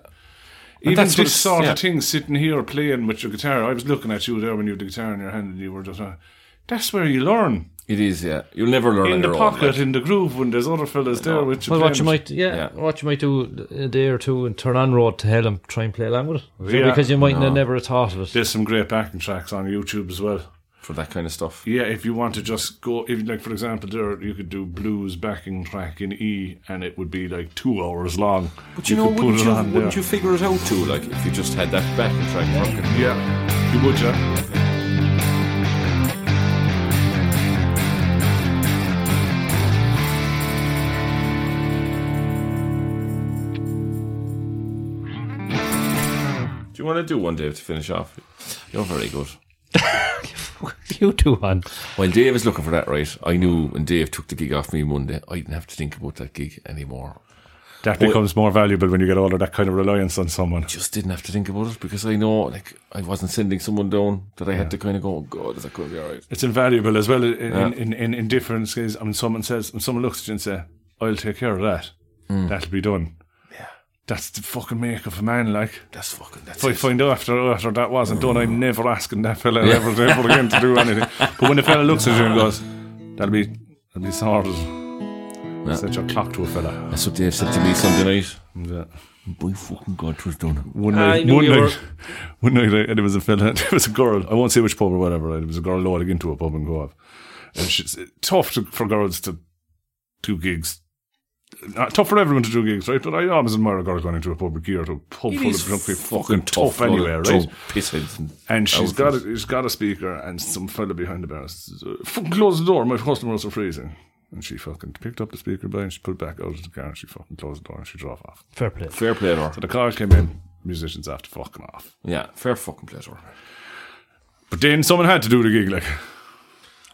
Even
that's what
this
it's-
sort
yeah.
of thing, sitting here playing with your guitar. I was looking at you there when you had the guitar in your hand, and you were just. Uh, that's where you learn
It is, yeah. You'll never learn on
in the
your
pocket,
Own, like.
in the groove, when there's other fellas
Oh,
there with you.
Well, what
playing
you
it.
might, yeah,
Yeah.
what you might do a day or two and turn on road to hell and try and play along with it,
Yeah.
because you might have never have thought of it.
There's some great backing tracks on YouTube as well.
for that kind of stuff.
Yeah, if you want to just go, if like for example, there you could do blues backing track in E, and it would be like two hours long.
But you, know,
could put
wouldn't
it
you,
on there.
wouldn't you figure it out too? Like, if you just had that back and track fucking
Yeah, you would, yeah.
Do you want to do one, Dave, to finish off? You're very good.
You two on.
While Dave is looking for that, right, I knew when Dave took the gig off me Monday, I didn't have to think about that gig anymore.
That becomes more valuable when you get older. That kind of reliance on someone.
Just didn't have to think about it because I know, like, I wasn't sending someone down that I had to kind of go, oh, God, is that going to be all right?
It's invaluable as well in, in, in, in, in different cases. I mean, someone says, and someone looks at you and say, "I'll take care of that.
Hmm.
That'll be done." Yeah, that's the fucking make of a man. Like,
That's fucking, that's
if I
it. Mm.
find out after after that wasn't done, I'm never asking that fella ever, ever again to do anything. But when the fella looks at you and goes, "That'll be that'll be sorted," Set your clock to a fella. uh,
That's what Dave said to me Sunday night.
Yeah.
By fucking God, it was done.
One
I
night,
knew
one,
you
night one night, I- and it was a fella, it was a girl. I won't say which pub or whatever. Right? It was a girl loading into a pub and go up. And she's uh, tough to, for girls to do gigs. Uh, tough for everyone to do gigs, right? But I always admire a girl going into a public gear to a pub full of drunk people, fucking tough, anyway, right?
Pissheads.
And she's got a, she's got a speaker and some fella behind the bar says, uh, fucking close the door, my customers are freezing. And she fucking picked up the speaker by and she put it back out of the car and she fucking closed the door and she drove off.
Fair play.
Fair play to her.
So the car came in, musicians have to fucking off.
Yeah, fair fucking play to her.
But then someone had to do the gig, like, it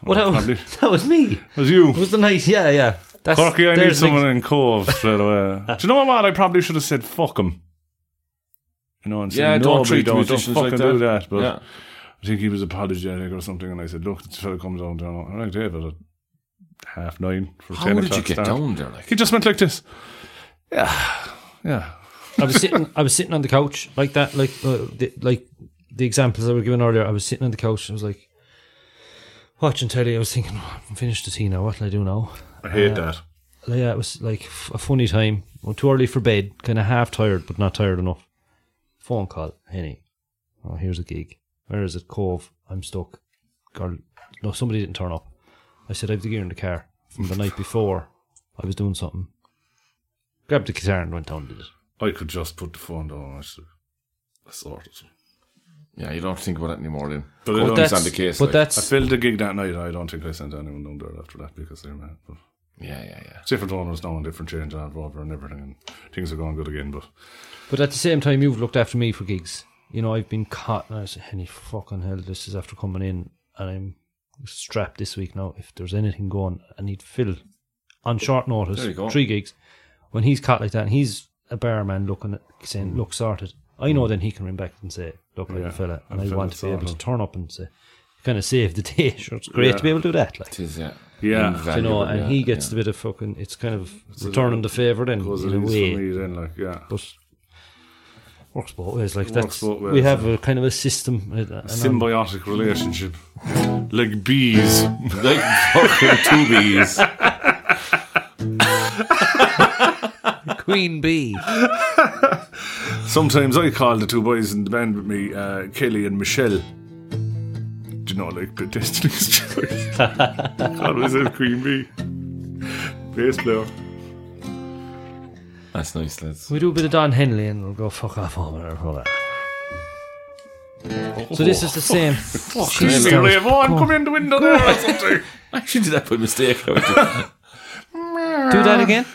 Well, that
probably.
was, that was me.
was you.
It was the night. Yeah, yeah. That's,
Corky, I need
there's an
someone in Cove straight away. do you know what? I probably should have said fuck 'em. You know, and said,
Yeah,
"No,
don't
we
treat
don't, don't
musicians
fucking
like that."
do that. But
Yeah.
I think he was apologetic or something, and I said, "Look, this fella comes down. down. I'm like David at half nine for
How
ten
did
o'clock
you get
start."
down there? Like,
He just went like this. Yeah, yeah.
I was sitting. I was sitting on the couch like that, like uh, the, like the examples I were given earlier. I was sitting on the couch. I was like watching telly. I was thinking, "Oh, I haven't finished the tea now. What'll I do now?
I hate that.
Like, yeah, it was like f- a funny time. Well, too early for bed. Kind of half tired, but not tired enough. Phone call. Henny. Oh, here's a gig. Where is it? Cove. I'm stuck. Girl, no, somebody didn't turn up. I said I have the gear in the car from the night before. I was doing something. Grabbed the guitar and went down and did it.
I could just put the phone down. and I said, I sorted. it."
yeah, you don't think about it anymore then.
But I,
Well,
don't,
that's-
I
on the case,
but
like-
that's
filled the gig that night. I don't think I sent anyone down there after that because they're mad. But
Yeah, yeah, yeah.
different owners now and different change on Rover and everything, and things are going good again. But
But at the same time, you've looked after me for gigs. You know, I've been caught, and I said, "Henny, fucking hell, this is after coming in, and I'm strapped this week now. If there's anything going, I need Phil on short notice.
There you go.
Three gigs. When he's caught like that, and he's a barman looking at saying, "Look, sorted." I know then he can ring back and say, "Look, like
Yeah,
a fella," and
I'm
I
feeling
want to be able to
sorted.
turn up and say, "Kind of save the day." Sure, it's great to be able to do that. Like.
It is, yeah.
Yeah.
You
Invaluable,
know, and
yeah,
he gets
yeah.
the bit of fucking. It's kind of returning the favour then,
was
in
it
a
is
way
for me then? Like, yeah.
but works both ways. Like
Works
that's
both ways.
we have a kind of a system. uh, and I'm-
Symbiotic relationship, like bees.
Like fucking two bees.
Queen Bee.
Sometimes I call the two boys in the band with me, uh, Kelly and Michelle. Do you know, like the Destiny's Child? God, was it Queen Bee? Bass player.
That's nice, lads.
we do a bit of Don Henley and we'll go fuck off over there for that. So this is the same.
Oh, Excuse me, Ray Vaughan, come in the window there or something.
I actually did that by mistake. I went,
Do that again.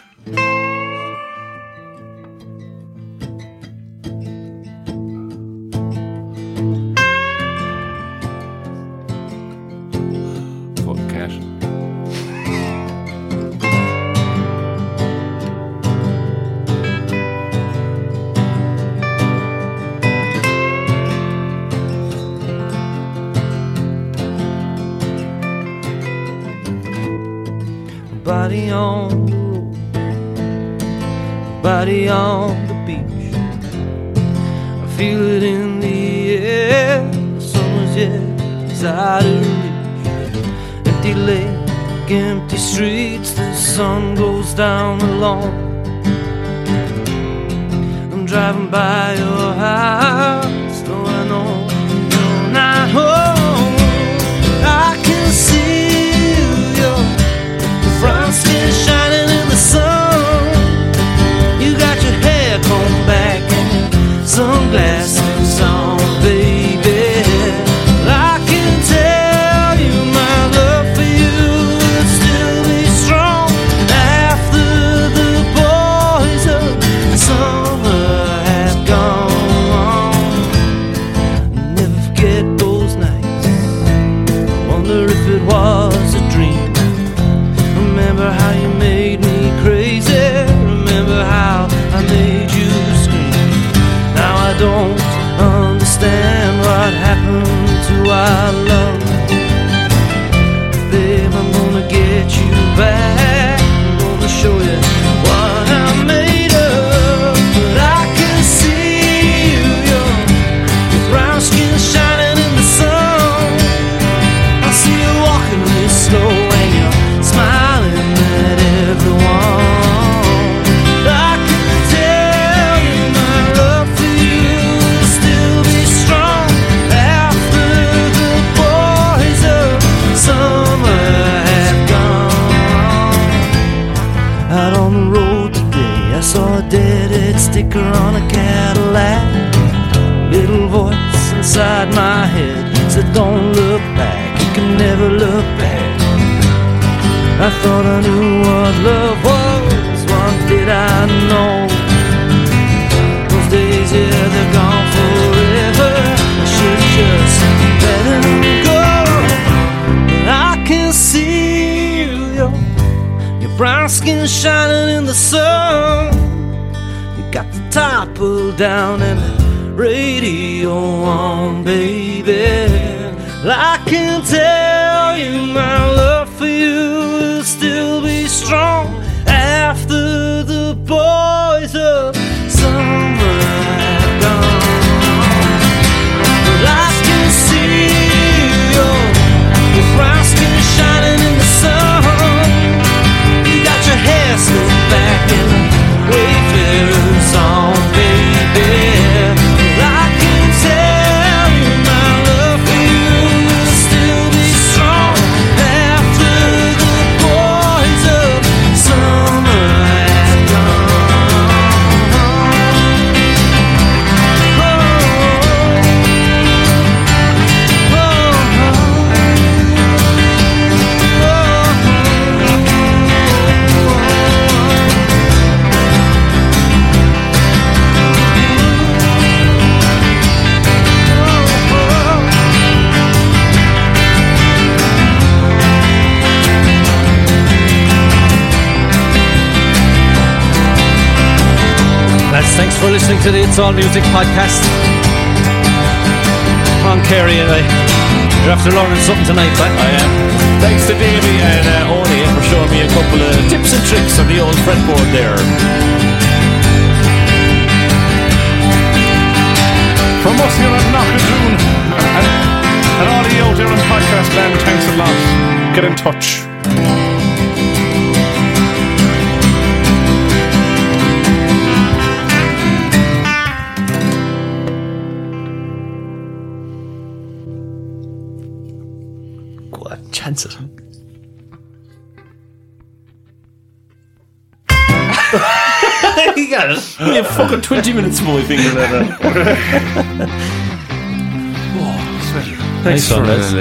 Fuck cash.
body on the road, body on the beach. I feel it in the air, someone's just out of reach. Empty lake, empty streets, the sun goes down alone. I'm driving by your house, though I know you're not home. I can see your brown skin shining in the sun. You got your hair combed back and your sunglasses on, baby. I can tell you my love for you will still be strong after the boys of summer have gone. Never forget those nights. Wonder if it was a dream. Remember how you made me crazy. Remember how I made you scream. Now I don't understand what happened to our love. Babe, I'm gonna get you back. I'm gonna show you what I'm made of. But I can see you, your your brown skin shining in the sun. I see you walking really slow and you're smiling at everyone. the road today. I saw a dead head sticker on a Cadillac. Little voice inside my head said, Don't look back, you can never look back. I thought I knew what love was. What did I know? Those days, yeah, they're gone forever. I should just let 'em go. But I can see your, your brown skin shining in the sun. You got the top pulled down and the radio on, baby. I can tell you my love for you will still be strong after the boys of summer have gone. But I can see your, your brown skin shining in the sun. You got your hair slicked back in a Wayfarer song, baby. I can tell you my love for you will still be strong after the boys of summer have Oh, oh, gone. Oh, oh, oh, oh, oh.
Lads, thanks for listening to the It's All Music podcast. Come on, Kerry, and I. You're after learning something tonight, but
I am. Thanks to Davey and uh, Oni for showing me a couple of tips and tricks on the old fretboard there.
From us here at Knockatoon and, and all you out there on podcast land, thanks a lot. Get in touch.
What chances? you got it.
You have fucking 20 minutes for my finger there.
thanks, for lads.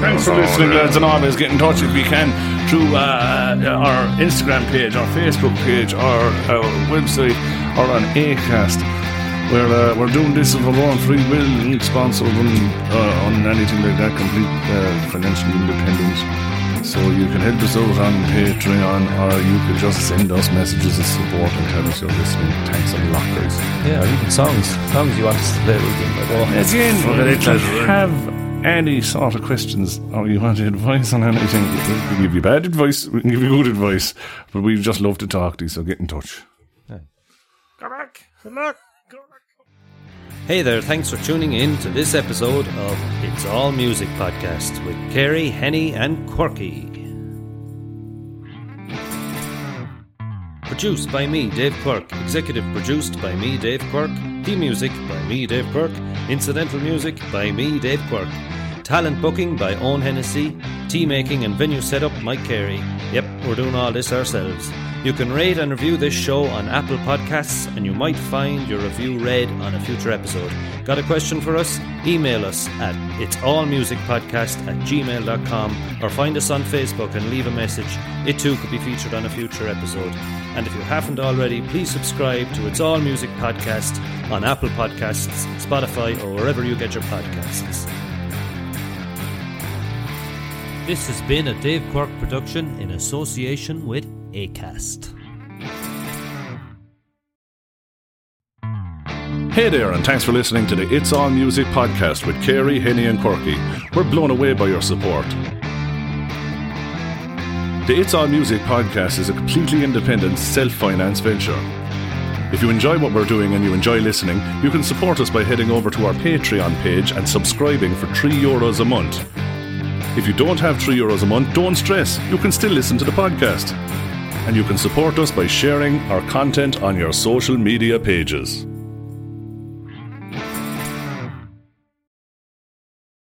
Thanks for listening, lads, and always get in touch if you can through uh, our Instagram page, our Facebook page, our, our website, or on Acast. We're, uh, we're doing this of our own free will, not sponsored on, uh, on anything like that, complete uh, financial independence. So you can help us out on Patreon, or you can just send us messages of support and tell us you're listening. Thanks a lot, guys.
Yeah, or even songs. Songs you want us to play with them.
Again, if you have any sort of questions or you want advice on anything, we can give you bad advice, we can give you good advice, but we just love to talk to you, so get in touch.
Hey there, thanks for tuning in to this episode of It's All Music Podcast with Kerry, Henny, and Quirky. Produced by me, Dave Quirk. Executive produced by me, Dave Quirk. The music by me, Dave Quirk. Incidental music by me, Dave Quirk. Talent booking by Owen Hennessy. Tea making and venue setup, Mike Carey. Yep, we're doing all this ourselves. You can rate and review this show on Apple Podcasts, and you might find your review read on a future episode. Got a question for us? Email us at itsallmusicpodcast at gmail.com or find us on Facebook and leave a message. It too could be featured on a future episode. And if you haven't already, please subscribe to It's All Music Podcast on Apple Podcasts, Spotify, or wherever you get your podcasts. This has been a Dave Quirk production in association with ACAST.
Hey there, and thanks for listening to the It's All Music podcast with Carey, Henny, and Quirky. We're blown away by your support. The It's All Music podcast is a completely independent, self financed venture. If you enjoy what we're doing and you enjoy listening, you can support us by heading over to our Patreon page and subscribing for 3 euros a month. If you don't have 3 euros a month, don't stress, you can still listen to the podcast. And you can support us by sharing our content on your social media pages.